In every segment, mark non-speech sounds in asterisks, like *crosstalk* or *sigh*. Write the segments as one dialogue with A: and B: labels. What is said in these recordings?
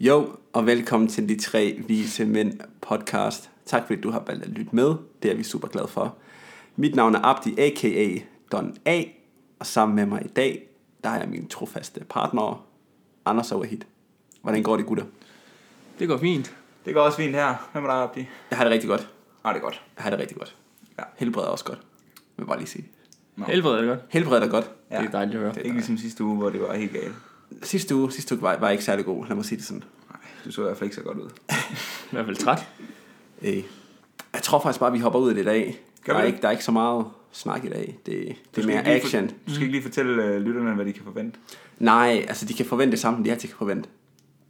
A: Jo, og velkommen til de tre vise mænd podcast. Tak fordi du har valgt at lytte med. Det er vi super glade for. Mit navn er Abdi, a.k.a. Don A. Og sammen med mig i dag, der er min trofaste partner, Anders Overhit. Hvordan går det, gutter?
B: Det går fint.
C: Det går også fint her. Hvem er der, Abdi?
A: Jeg har det rigtig godt.
C: Nej, det er godt.
A: Jeg har det rigtig godt.
C: Ja.
A: Helbred er også godt. Vil bare lige sige.
C: Nå.
B: Helvede er det godt.
A: Helbred er godt.
C: Ja.
B: Det er dejligt at høre.
C: Det er ikke ligesom sidste uge, hvor det var helt galt.
A: Sidste uge, sidste uge var, var ikke særlig god. Lad mig sige det sådan.
C: Nej, du så i hvert fald ikke så godt ud.
B: I hvert fald træt.
A: Øh, jeg tror faktisk bare, vi hopper ud i det i dag.
C: Gør vi
A: der, er
C: det?
A: ikke, der er ikke så meget snak i dag. Det,
C: Du
A: det er
C: skal
A: mere
C: ikke lige
A: action.
C: For, du skal ikke lige fortælle øh, lytterne, hvad de kan forvente.
A: Nej, altså de kan forvente det samme, som de altid kan forvente.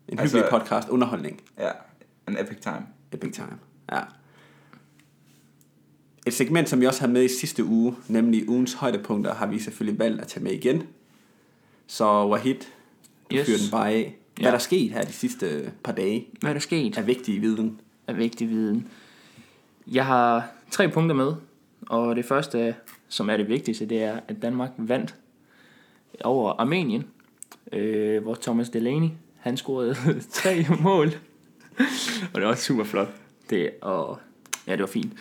A: En
C: Altså-
A: altså, hyggelig podcast, underholdning,
C: Ja, en epic time.
A: epic time. Ja. Et segment, som vi også havde med i sidste uge, nemlig ugens højdepunkter, har vi selvfølgelig valgt at tage med igen. Så Wahid, du yes.
B: Yes.
A: fyrer den bare af. Hvad
B: Ja.
A: ja. der er sket her de sidste par dage,
B: Hvad er der sket
A: er vigtig viden.
B: af vigtig viden? Jeg har tre punkter med, og det første, som er det vigtigste, det er, at Danmark vandt over Armenien, øh, hvor Thomas Delaney, han scorede *laughs* tre mål. og det var super flot. Det, og, ja, det var fint.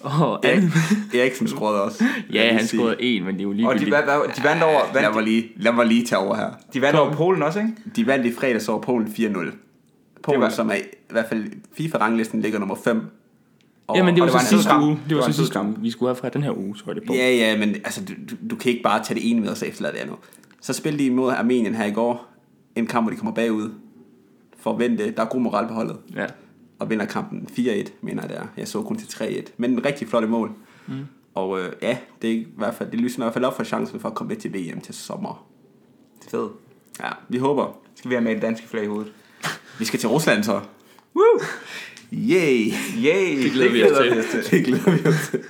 B: Og
A: Ja.
B: anden,
A: Eriksen scorede også. Lad
B: ja,
A: mig
B: han
A: sige.
B: scorede en, men det er jo
C: Og de,
B: ligegyldigt.
C: hvad, hvad, de vandt over,
A: Lad
C: vandt,
A: mig, lige, lad mig lige tage over her.
C: de vandt over Polen også, ikke?
A: De vandt i fredags over Polen 4-0. Polen,
C: Det var-
A: som er i hvert fald FIFA-ranglisten ligger nummer 5. Og,
B: Jamen, det var
C: og det var
B: så
C: en
B: sidste
C: fed
B: uge. Det var
C: kamp.
B: så
C: Det var en
B: sidste
C: fed
B: uge. Vi skulle have fra den her uge, så er det på.
A: Ja, ja, men altså, du, du, du kan ikke bare tage det ene med og så efterlade det andet. Så spillede de imod Armenien her i går. En kamp, hvor de kommer bagud. Forvente, der er god moral på holdet.
B: Ja.
A: Og vinder kampen 4-1, mener jeg det er. Jeg så kun til 3-1. Men en rigtig flot mål. Mm. Og øh, ja, det, er i hvert fald, det lysner i hvert fald op for chancen for at komme med til VM til sommer.
C: Det er fedt.
A: Ja, vi håber.
C: Skal vi have med et dansk flag i hovedet?
A: Vi skal til Rusland så.
C: Woo! *laughs*
A: Yay!
C: Yay!
B: Det glæder vi os til.
A: Det glæder vi os til.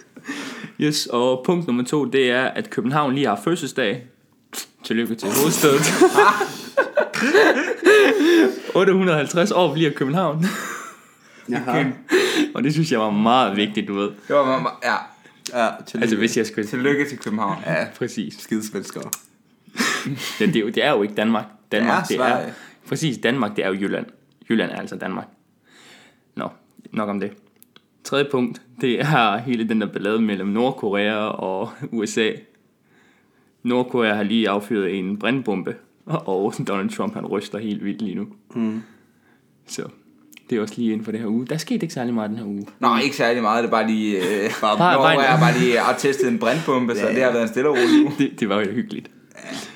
B: Yes, og punkt nummer to, det er, at København lige har fødselsdag. Tillykke til *laughs* hovedstedet. 850 år bliver København.
A: Jaha.
B: Og det synes jeg var meget vigtigt, du ved.
C: Det var, meget- ja,
A: Ja, tillykke.
B: Altså,
A: Altså,
B: hvis jeg skulle...
C: tillykke til København.
A: ja,
B: Præcis.
A: skidesvenskere.
B: Ja, det, er jo, det er jo ikke Danmark. Danmark,
A: Det er Sverige.
B: Præcis, Danmark, det er jo Jylland. Jylland er altså Danmark. Nå, nok om det. Tredje punkt, det er hele den der ballade mellem Nordkorea og USA. Nordkorea har lige affyret en brandbombe, og Donald Trump han ryster helt vildt lige nu. Mm. Så det er også lige inden for det her uge. Der skete ikke særlig meget den her uge.
C: Nå, ikke særlig meget. Det er bare lige... Øh, bare,
B: Bare-
C: Norge
B: bare en-
C: har bare lige har testet en brandbombe, så
A: Ja,
C: det
A: ja.
C: har været en stille og rolig uge.
B: Det, det var jo hyggeligt.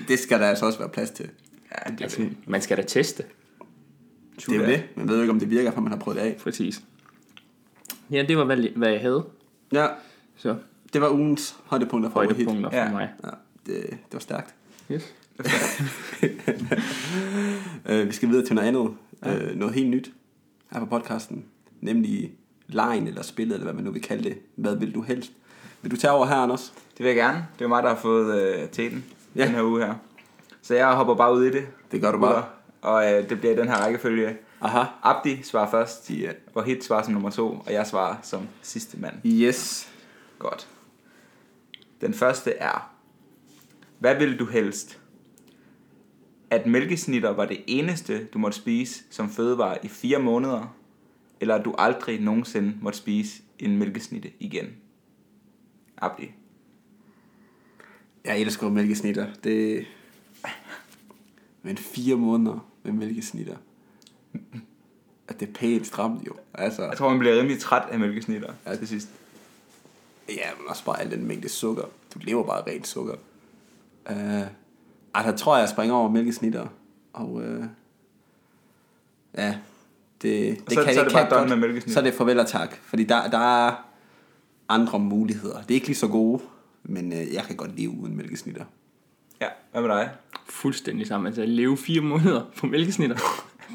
A: Det skal der altså også være plads til.
C: Ja, det,
B: Altså, man skal da teste.
A: Det er jo det. Man ved jo ikke, om det virker, for man har prøvet det af.
B: Præcis. Ja, det var, hvad, hvad jeg havde.
A: Ja,
B: Så
A: det var ugens højdepunkter for Overheat.
B: højdepunkter for
C: Ja.
B: mig.
A: Ja, det, det var stærkt.
B: Yes. *laughs*
A: *laughs* Uh, vi skal videre til noget andet. Ja. Uh, noget helt nyt her på podcasten. Nemlig lejen eller spillet, eller hvad man nu vil kalde det. Hvad vil du helst? Vil du tage over her, Anders?
C: det vil jeg gerne. Det er mig, der har fået øh, teten
A: Ja.
C: ja. den her uge her. Så jeg hopper bare ud i det.
A: Det gør du bare.
C: Og øh, det bliver i den her rækkefølge.
A: Aha.
C: Abdi svarer først,
A: Ja.
C: og Hit svarer som nummer to, og jeg svarer som sidste mand.
A: Yes.
C: Godt. Den første er, hvad ville du helst? At mælkesnitter var det eneste, du måtte spise som fødevare i fire måneder, eller at du aldrig nogensinde måtte spise en mælkesnitte igen? Abdi.
A: Jeg elsker jo mælkesnitter. Det... Men fire måneder med *laughs* mælkesnitter. At det er pænt stramt jo. Altså,
C: Jeg tror, man bliver rimelig træt af mælkesnitter ja. til sidst.
A: Ja, men også bare al den mængde sukker. Du lever bare af rent sukker. Uh, ej, der tror jeg, jeg springer over mælkesnitter. Og uh, ja, det, det
C: så-
A: kan
C: så
A: det
C: er det bare
A: kan
C: done
A: godt.
C: med mælkesnitter.
A: Så er det farvel og tak. Fordi der, der er andre muligheder. Det er ikke lige så gode, men uh, jeg kan godt leve uden mælkesnitter.
C: Ja, hvad med dig?
B: fuldstændig sammen. Altså, jeg leve fire måneder på mælkesnitter.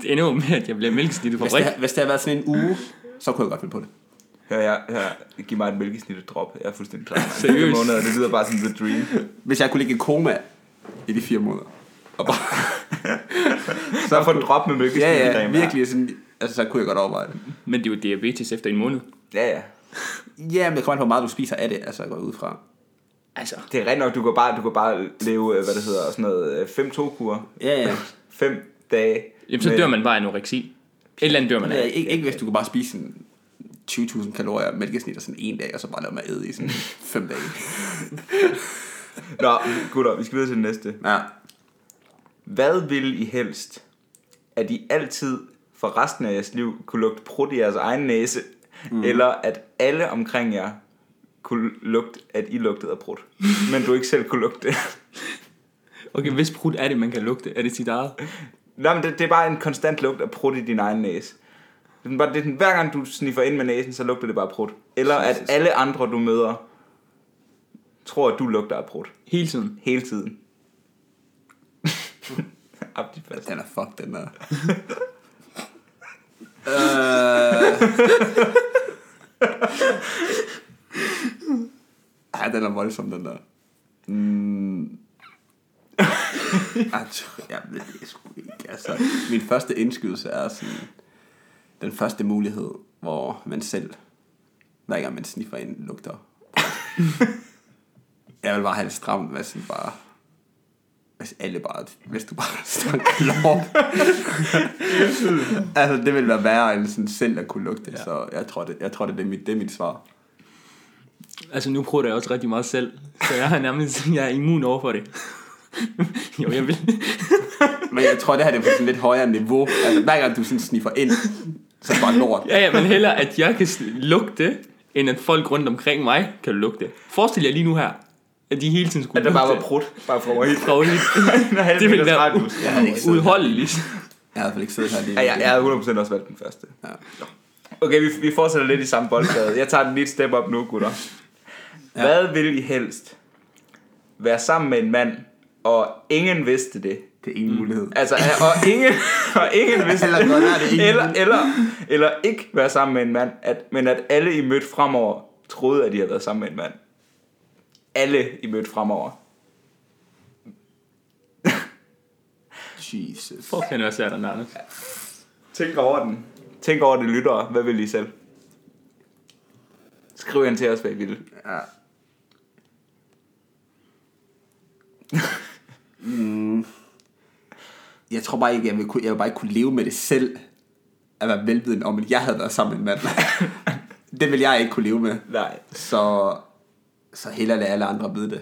B: Det ender jo med, at jeg bliver mælkesnittet på
A: Hvis
B: brik.
A: det, hvis det havde været sådan en uge, så kunne jeg godt finde på det.
C: Hør jeg, hør, jeg. giv mig et mælkesnit og drop. Jeg er fuldstændig klar.
B: Seriøst?
C: Fire måneder, det lyder bare som the dream.
A: Hvis jeg kunne ligge i koma i de fire måneder. Og bare,
C: *laughs* Så jeg får en drop med mælkesnit.
A: ja,
C: i
A: ja,
C: dagen.
A: virkelig. Sådan, altså, så kunne jeg godt overveje det.
B: Men det er jo diabetes efter en måned.
C: Ja, ja.
A: Ja, men det kommer an på, hvor meget du spiser af det, altså jeg går jeg ud fra.
B: Altså,
C: Det er rigtigt nok, øh, du kan bare, du kan bare leve, øh, hvad det hedder, sådan noget 5 2 kur
A: Ja, ja.
C: 5 dage
B: Jamen, så
C: Men-
B: dør man bare af anoreksi. Et eller andet dør man
A: Nej,
B: af.
A: ikke, ikke hvis du kan bare spise sådan 20.000 kalorier mælkesnit og sådan en dag, og så bare lade mig æde i sådan fem dage.
C: Nå, gutter, vi skal videre til det næste.
A: Ja.
C: Hvad vil I helst? At I altid for resten af jeres liv kunne lugte prut i jeres egen næse? Mm. Eller at alle omkring jer kunne lugte, at I lugtede af *laughs* prut? Men du ikke selv kunne lugte det?
B: Okay, hvis prut er det, man kan lugte? Er det sit eget?
C: Nej, men det, det er bare en konstant lugt af prut i din egen næse. Det er bare, det er sådan, hver gang du sniffer ind med næsen, så lugter det bare af prut. Eller at
A: Jesus.
C: alle andre, du møder, tror, at du lugter af prut.
B: Hele tiden.
C: Hele *laughs* tiden. Abdi fast.
A: Den er fuck, den der. øh... Ej, den er voldsom, den der. Mm. Jeg, tror, jeg ved det sgu ikke. Altså, min første indskydelse er sådan, den første mulighed, hvor man selv, hver gang man sniffer ind, lugter. jeg vil bare have det stramt, med sådan bare, hvis alle bare, hvis du bare stank
C: *laughs*
A: lort. altså, det ville være værre end sådan selv at kunne lugte, ja. så jeg tror, det, jeg tror det, det, er mit, det er mit svar.
B: Altså, nu prøver jeg også rigtig meget selv. Så jeg har nærmest, *laughs* jeg er immun over for det. jo, jeg vil.
A: Men jeg tror, det her det er på sådan lidt højere niveau. Altså, hver gang du sådan sniffer ind, så er det bare lort.
B: Ja, ja, men hellere, at jeg kan sl- lugte, end at folk rundt omkring mig kan lugte. Forestil jer lige nu her, at de hele tiden skulle
C: At der bare var
B: lugte
C: prut, bare fra *laughs* mig.
B: fra *laughs* olie.
C: det
B: Det ville være
C: radius.
A: Jeg havde ikke siddet,
B: Udholdeligt.
A: jeg havde i hvert fald ikke siddet her lige.
C: Ja, jeg, jeg havde 100% også valgt den første.
A: Ja.
C: Okay, vi, vi fortsætter lidt i samme boldgade. Jeg tager den lige et step op nu, gutter.
A: Ja.
C: Hvad vil I helst? Være sammen med en mand, og ingen vidste det.
A: Det er ingen mulighed.
C: Altså, og ingen, *laughs* og ingen vidste
A: Eller godt er det ingen.
C: Eller, eller, eller ikke være sammen med en mand, at, men at alle I mødte fremover troede, at de havde været sammen med en mand. Alle I mødte fremover.
A: Jesus.
B: Fuck, han er svært, Anders.
C: Tænk over den. Tænk over det, lyttere. Hvad vil I selv? Skriv ind til os, hvad I vil.
A: Ja. Mm. Jeg tror bare ikke, jeg vil, kunne, jeg vil bare ikke kunne leve med det selv, at være velviden om, at jeg havde været sammen med en
C: *laughs*
A: mand. det vil jeg ikke kunne leve med.
C: Nej.
A: Så, så hellere lade alle andre vide det.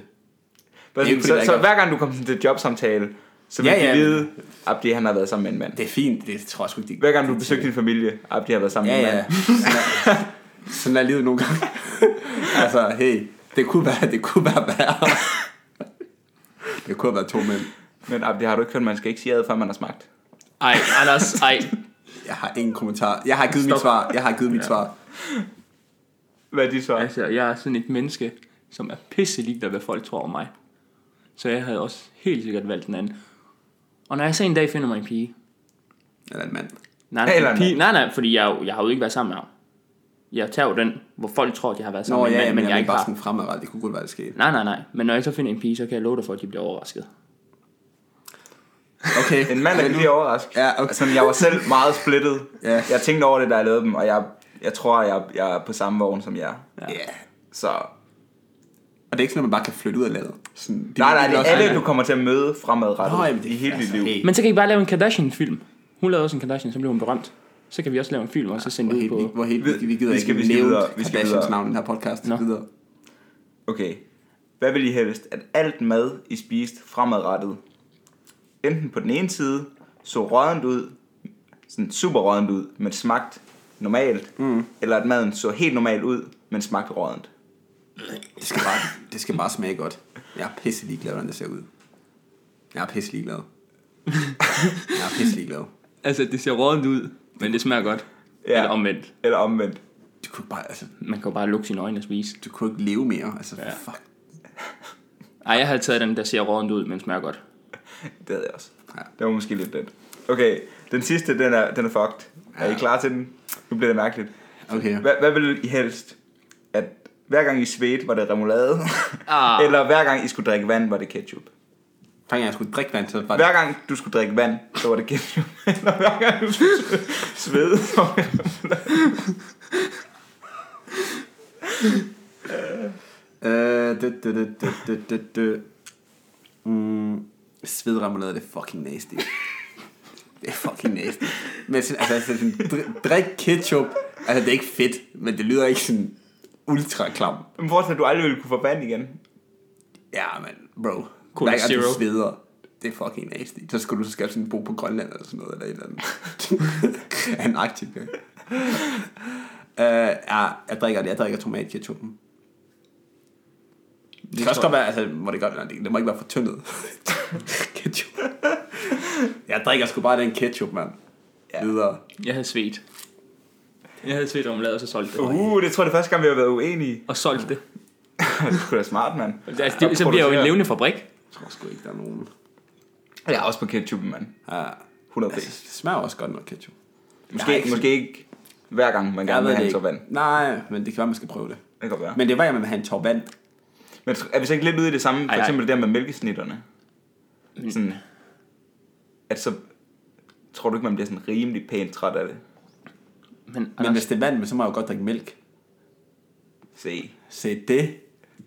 C: Bare
A: Det er
C: sådan,
A: ikke,
C: så,
A: fordi der
C: så
A: ikke er-
C: hver gang du kommer til jobsamtale, så vil
A: Ja,
C: ja, ja.
A: ja.
C: de vide, Abdi han har været sammen med en mand.
A: Det er fint, det tror jeg sgu ikke. de-
C: Hver gang du besøgte din familie, Abdi har været sammen
A: Ja,
C: med en
A: ja.
C: mand.
A: Sådan er, sådan er livet nogle gange. altså, hey, det kunne være, det kunne være værre.
C: *laughs*
A: det kunne have været to mænd.
C: Men Abdi har du ikke hørt, man skal ikke sige ad, før man har smagt.
B: Ej, Anders, ej.
A: Jeg har ingen kommentar. Jeg har givet mit
B: Stop.
A: svar. Jeg har givet mit
B: Ja.
A: svar.
C: Hvad er dit svar?
B: Altså, jeg er sådan et menneske, som er pisse ligeglad, hvad folk tror om mig. Så jeg havde også helt sikkert valgt den anden. Og når jeg så en dag finder mig en pige,
A: Eller en mand.
B: Nej, nej,
C: Eller
B: Eller pige, nej, nej, fordi jeg, jo- jeg har jo ikke været sammen med ham. Jeg tager jo den, hvor folk tror, at jeg har været sammen
A: Nå,
B: med
A: ja,
B: en mand,
A: ja,
B: men jeg,
A: mener
B: ikke
A: bare
B: har.
A: sådan fremadrettet. Det kunne godt være, det skete.
B: Nej, nej, nej. Men når jeg så finder en pige, så kan jeg love dig for, at de bliver overrasket.
A: Okay.
C: En mand
A: Men
C: er kan
A: nu-
C: blive overrasket.
A: Ja, okay.
C: altså, jeg var selv meget splittet.
A: Ja.
C: Jeg tænkte over det, da jeg lavede dem, og jeg, jeg tror, jeg, jeg er på samme vogn som jer.
A: Ja.
C: Så
A: Og det er ikke sådan, at man bare kan flytte ud af landet. Sådan, de
C: nej, nej, det
A: også-
C: er alle, du kommer til at møde fremadrettet
A: Nå, jamen, det
C: i hele dit
A: altså,
C: liv.
A: hey.
B: Men så kan I bare lave en Kardashian-film. Hun lavede også en Kardashian, så blev hun berømt. Så kan vi også lave en film, og så sende
A: Hvor
B: det ud
A: helt, vi-
B: på...
A: hvor helt, vi, vi gider
C: Vi skal-
A: ikke
C: vi skal
A: nævne
C: videre. Vi skal
A: Kardashians
C: videre.
A: navn i den her podcast.
B: Nå.
A: Videre.
C: Okay. Hvad vil I helst? At alt mad, I spiste fremadrettet, enten på den ene side, så rådent ud, sådan super rådent ud, men smagt normalt, mm. eller at maden så helt normalt ud, men smagte rådent.
A: Det skal bare, det skal bare smage godt. Jeg er pisse ligeglad, hvordan det ser ud. Jeg er pisse ligeglad. Jeg er pisse ligeglad.
B: Altså, det ser rådent ud, men det smager godt.
C: Ja.
B: Ja. Eller omvendt.
C: Eller omvendt.
A: Du kunne bare, altså,
B: Man kan jo bare lukke sine øjne og spise.
A: du kunne ikke leve mere. Altså,
B: Ja.
A: fuck.
B: Ej, jeg havde taget den, der ser rådent ud, men smager godt.
C: Det havde jeg også.
A: Ja.
C: Det var måske lidt den. Okay, den sidste, den er, den er fucked. Er I
A: Ja.
C: klar til den? Nu bliver det mærkeligt.
A: Okay.
C: Hvad, hvad vil I helst? At hver gang I svedte, var det remoulade?
B: Ah.
C: *laughs* eller hver gang I skulle drikke vand, var det ketchup?
A: Hver gang jeg skulle drikke vand, så var det...
C: Hver gang du skulle drikke vand, så var det ketchup. *laughs* Eller hver gang du skulle svede, *laughs* så var det...
A: Øh, dø, dø, dø, dø, dø, dø, dø. Mm, svedremoulade, det er fucking nasty. Det er fucking næste. Men sådan, altså, altså sådan, dri- drik ketchup. Altså, det er ikke fedt, men det lyder ikke sådan ultra klam.
C: Men forestil dig, at du aldrig ville kunne få vand igen.
A: Ja, men bro.
B: Cola
A: Hver gang du
B: Zero.
A: sveder, det er fucking nasty. Så skulle du så skal sådan bo på Grønland eller sådan noget, eller et eller *laughs* andet. Antarktika. Uh, ja, jeg drikker det. Jeg drikker tomatketchupen. Det kan også godt være, altså, må det godt være, det, det må ikke være for *laughs* tyndet. ketchup. Jeg drikker sgu bare den ketchup, mand. Ja.
C: Ja.
A: Videre.
B: Jeg havde svedt. Jeg havde svedt om lavet, og så solgte det.
C: Uh, det tror jeg det er første gang, vi har været uenige. *laughs*
B: Og solgte det.
C: det skulle da smart, mand.
B: Altså, det så bliver jeg jo en levende fabrik.
A: Jeg tror sgu ikke, der er nogen.
C: Ja, også på ketchupen, mand.
A: Ja,
C: 100
A: altså, det smager også godt noget ketchup.
C: Måske,
A: Jeg har ikke-
C: måske ikke hver gang, man gerne vil have en tår vand. Det
A: Nej, men det kan være, man skal prøve det.
C: kan godt være. Men,
A: Men det var, at man vil have en tår vand.
C: men tr- er vi så ikke lidt ude i det samme?
B: Ej, Mm.
C: For
B: ej.
C: eksempel det der med mælkesnitterne. Sådan, at så tror du ikke, man bliver sådan rimelig pænt træt af det?
B: Men,
A: Men hvis det er vand, men så må jeg jo godt drikke mælk.
C: Se.
A: Se det.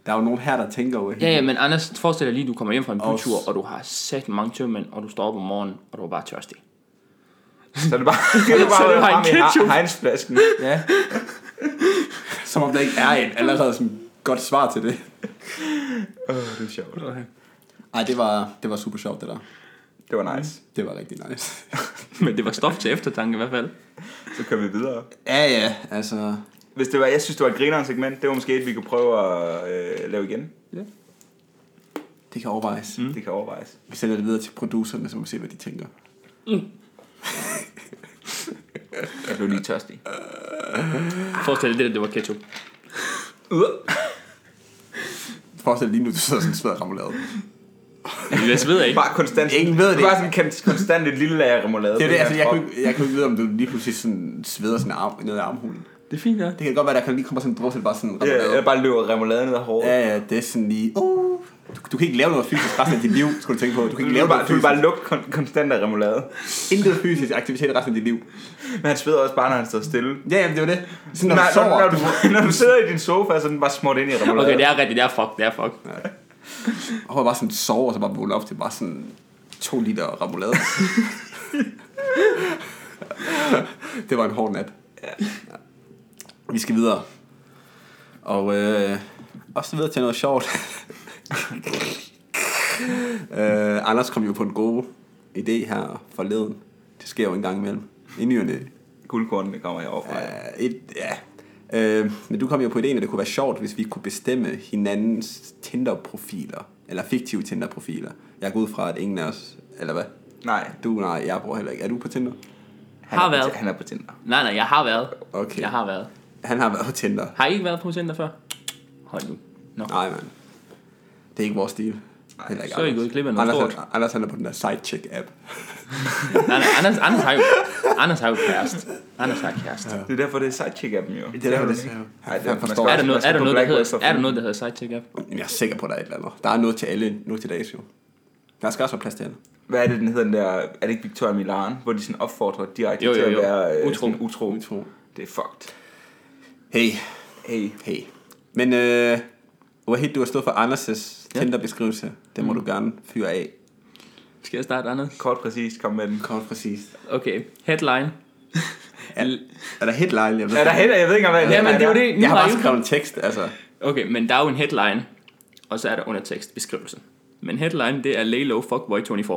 A: Der er jo nogen her, der tænker over
B: Ja, ja, men Anders, forestil dig lige, du kommer hjem fra en
A: Og-
B: bytur, og du har sat mange tømmermænd, og du står op om morgenen, og du er bare tørstig.
C: Så er det
B: *laughs*
C: bare, så er det bare
B: Så er det bare en
C: frem i
B: ketchup.
C: He- Heinz-flasken.
A: ja. Som om der ikke er et allerede sådan godt svar til det.
C: Åh, oh, det er sjovt.
A: Ej, det var, det var super sjovt, det der.
C: Det var nice.
A: Det var rigtig nice.
B: Men det var stof til eftertanke i hvert fald.
C: Så kører vi videre.
A: *laughs* ja, ja, altså...
C: Hvis det var, jeg synes, det var et grineren segment, det var måske et, vi kunne prøve at øh, lave igen.
A: Ja. Det kan overvejes. Mm.
C: Det kan overvejes.
A: Vi sender det videre til producerne, så må vi se, hvad de tænker.
C: Jeg blev lige tørstig.
B: Forestil dig det, der, det var ketchup.
C: Øh,
A: Forestil dig lige nu, du sidder sådan sved og ramuleret.
B: Jeg ved ikke.
C: Bare konstant.
A: Ingen ved det.
C: Bare sådan kon- konstant et lille lag af remoulade.
A: Det er det, altså, jeg
C: tror.
A: kunne, ikke- jeg kunne ikke vide, om du lige pludselig sådan sveder sådan arm, ned ad armhulen.
B: Det er fint, ja.
A: Det kan godt være, der kan lige kommer sådan en dråbe, bare sådan ramuleret.
C: Ja, jeg bare løber remoulade ned af håret.
A: Ja, ja, det er sådan lige... Uh, du, du kan ikke lave noget fysisk resten af dit liv, skulle du tænke på. Du kan
C: Du
A: ikke
C: vil
A: lave
C: bare,
A: noget
C: du vil
A: fysisk.
C: bare lugte kon- konstant af remoulade.
A: Intet fysisk aktivitet resten af dit liv.
C: Men han sveder også bare, når han står stille.
A: Ja, jamen, det er jo det. Sådan, når,
C: Nej,
A: du sover...
C: når, du, når du sidder i din sofa, så er den bare småt ind i remoulade.
B: Okay, det er rigtigt, det er fuck, det er fuck.
A: Og bare sådan sover, og så bare vågner op til bare sådan to liter ramulade. det var en hård nat. Ja. Vi skal videre. Og øh, også videre til noget sjovt. øh, Anders kom jo på en god idé her forleden. Det sker jo en gang imellem. I ny og næ.
C: Guldkornene kommer herovre. Ja.
A: Øh, et, ja. Øh, men du kom jo på ideen, at det kunne være sjovt, hvis vi kunne bestemme hinandens Tinder-profiler, eller fiktive Tinder-profiler. Jeg går ud fra, at ingen af os, eller hvad?
C: Nej,
A: Du, nej, jeg bruger heller ikke. Er du på Tinder?
C: han,
B: Har
C: er på,
B: været.
C: Ti- han er på Tinder.
B: Nej, nej, jeg har været.
A: Okay.
B: Jeg har været.
A: Han har været på Tinder.
B: Har I ikke været på center før? Hold nu. Nå.
A: Nej, mand. Det er ikke vores stil. Nej, heller
B: så er I gået glip af noget
A: Anders, han, Anders han er på den der sidechick-app.
B: Nej, nej, Anders, Anders har jo, Anders har jo kæreste. Anders har kæreste.
C: Det er derfor, det er sidechick af dem jo.
A: Det er derfor, det
C: ikke.
A: er
C: Ej, det
A: Han
C: man
A: forstår
C: skal
B: Er
A: det.
B: der
C: også-
B: noget,
C: man
B: er der
C: skal på
B: noget, der
C: Black Box
B: hedder,
C: for at
B: er der
C: finde-
B: noget, der hedder sidecheck app?
A: Jamen, Jeg er sikker på, at der er et eller andet. Der er noget til alle nu til dags, jo. Der skal også være plads til alle.
C: Hvad er det, den hedder, den der... Er det ikke Victoria Milan, hvor de sådan opfordrer direkte
B: Jo, jo,
C: til
B: jo.
C: at være øh,
B: Utro.
C: Sådan, utro.
A: Utro.
C: Det er fucked.
A: Hey,
C: Hey.
A: Hey. Men øh, Wahid, du har stået for Anders' ja. Tinder-beskrivelse. Det må mm. du gerne fyre af.
B: Skal jeg starte, Anders?
C: Kort præcist, kom med den.
A: Kort præcis.
B: Okay, headline.
A: Er, er der headline? Jeg ved,
C: Er der heller? Jeg ved ikke, om hvad
B: Jamen, det er jo det. Nu
A: jeg har
B: har
A: bare
B: I jo-
A: skrevet en tekst, altså.
B: Okay, men der er jo en headline, og så er der undertekst, beskrivelse. Men headline, det er Lay Low Fuckboy 24.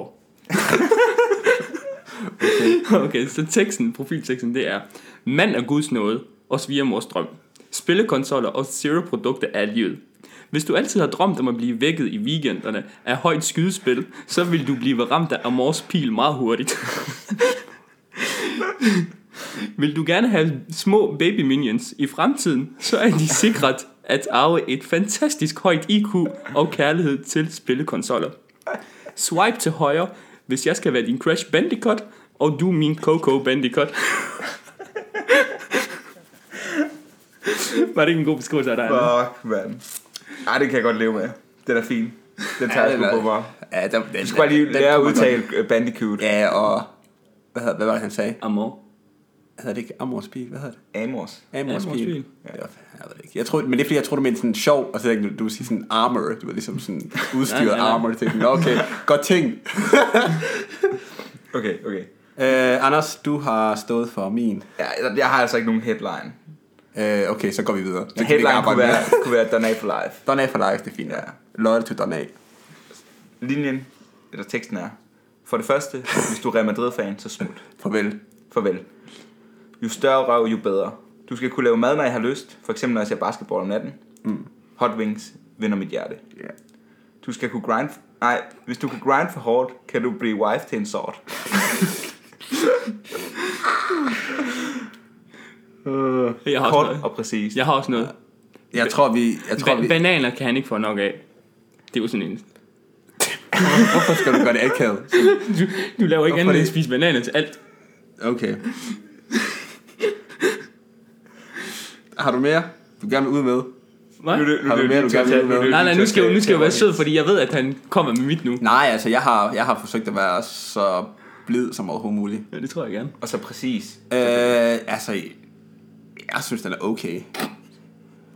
B: okay. *laughs* okay, så teksten, profilteksten, det er Mand er Guds nåde og svigermors drøm. Spillekonsoller og zero produkter er livet. Hvis du altid har drømt om at blive vækket i weekenderne af højt skydespil, så vil du blive ramt af Amors pil meget hurtigt. Vil du gerne have små baby minions i fremtiden, så er de sikret at arve et fantastisk højt IQ og kærlighed til spillekonsoller. Swipe til højre, hvis jeg skal være din Crash Bandicoot, og du min Coco Bandicoot. Var det ikke en god beskrivelse af dig? Anna?
C: Fuck, mand. Ej, det kan jeg godt leve med. Den er fin. Den tager jeg sgu på mig.
A: Ja, der, den,
C: Du skal bare lige lære at udtale øh, Bandicoot.
A: Ja, og... Hvad, hedder, hvad var det, han sagde?
B: Amor.
A: Hedder det ikke Amors Pil? Hvad hedder det?
C: Amos.
A: Amors,
B: Amors
A: Pil.
B: Pil.
A: Ja. Jeg ved det ikke. Jeg tror, men det er fordi, jeg tror, du mente sådan sjov, og så tænkte jeg, du vil sige sådan armor. Du var ligesom
C: *laughs*
A: sådan udstyret
B: Nej, nej, nej.
A: armor. Til den. Okay, godt ting.
C: Okay, okay.
A: Øh, Anders, du har stået for min.
C: Jeg, jeg har altså ikke nogen headline.
A: Øh, okay, så går vi videre. Det kan vi ikke
C: Headline
A: arbejde
C: kunne
A: med.
C: være, kunne være Don A for life.
A: *laughs* Don A for life, det er fint. Ja. Loyal to Don A.
C: Linjen, eller teksten er, for det første, hvis du er Real Madrid-fan, så smut.
A: Farvel.
C: Farvel. Jo større røv, jo bedre. Du skal kunne lave mad, når jeg har lyst. For eksempel, når jeg ser basketball om natten. Mm. Hot wings vinder mit hjerte.
A: Ja.
C: Du skal kunne grind... Nej, hvis du kan grind for hårdt, kan du blive wife til en sort.
B: Jeg har også
C: Kort
B: noget.
C: og præcist.
B: Jeg har også noget.
A: Jeg tror, vi... Jeg tror,
B: Ba-
A: vi
B: bananer kan han ikke få nok af. Det er jo sådan en...
A: hvorfor skal du gøre det akavet?
B: Du, du laver ikke
A: Hvorfor
B: andet end at
A: det?
B: spise bananer til alt.
A: Okay. Har du mere, du gerne vil ud med?
B: Hvad?
C: Nu er det- nu er
A: Har du
C: det
A: mere,
C: din
A: du gerne
C: tur til-
A: vil med?
C: er det
B: Nej,
C: din
B: nej,
C: tur
B: nu skal jeg
C: til-
B: jo- nu skal jeg jo være
C: til-
B: sød, fordi jeg ved, at han kommer med mit nu.
A: Nej, altså, jeg har, jeg har forsøgt at være så blid som overhovedet muligt.
B: Ja, det tror jeg gerne.
C: Og så præcis.
A: Øh, altså, jeg synes, den er okay.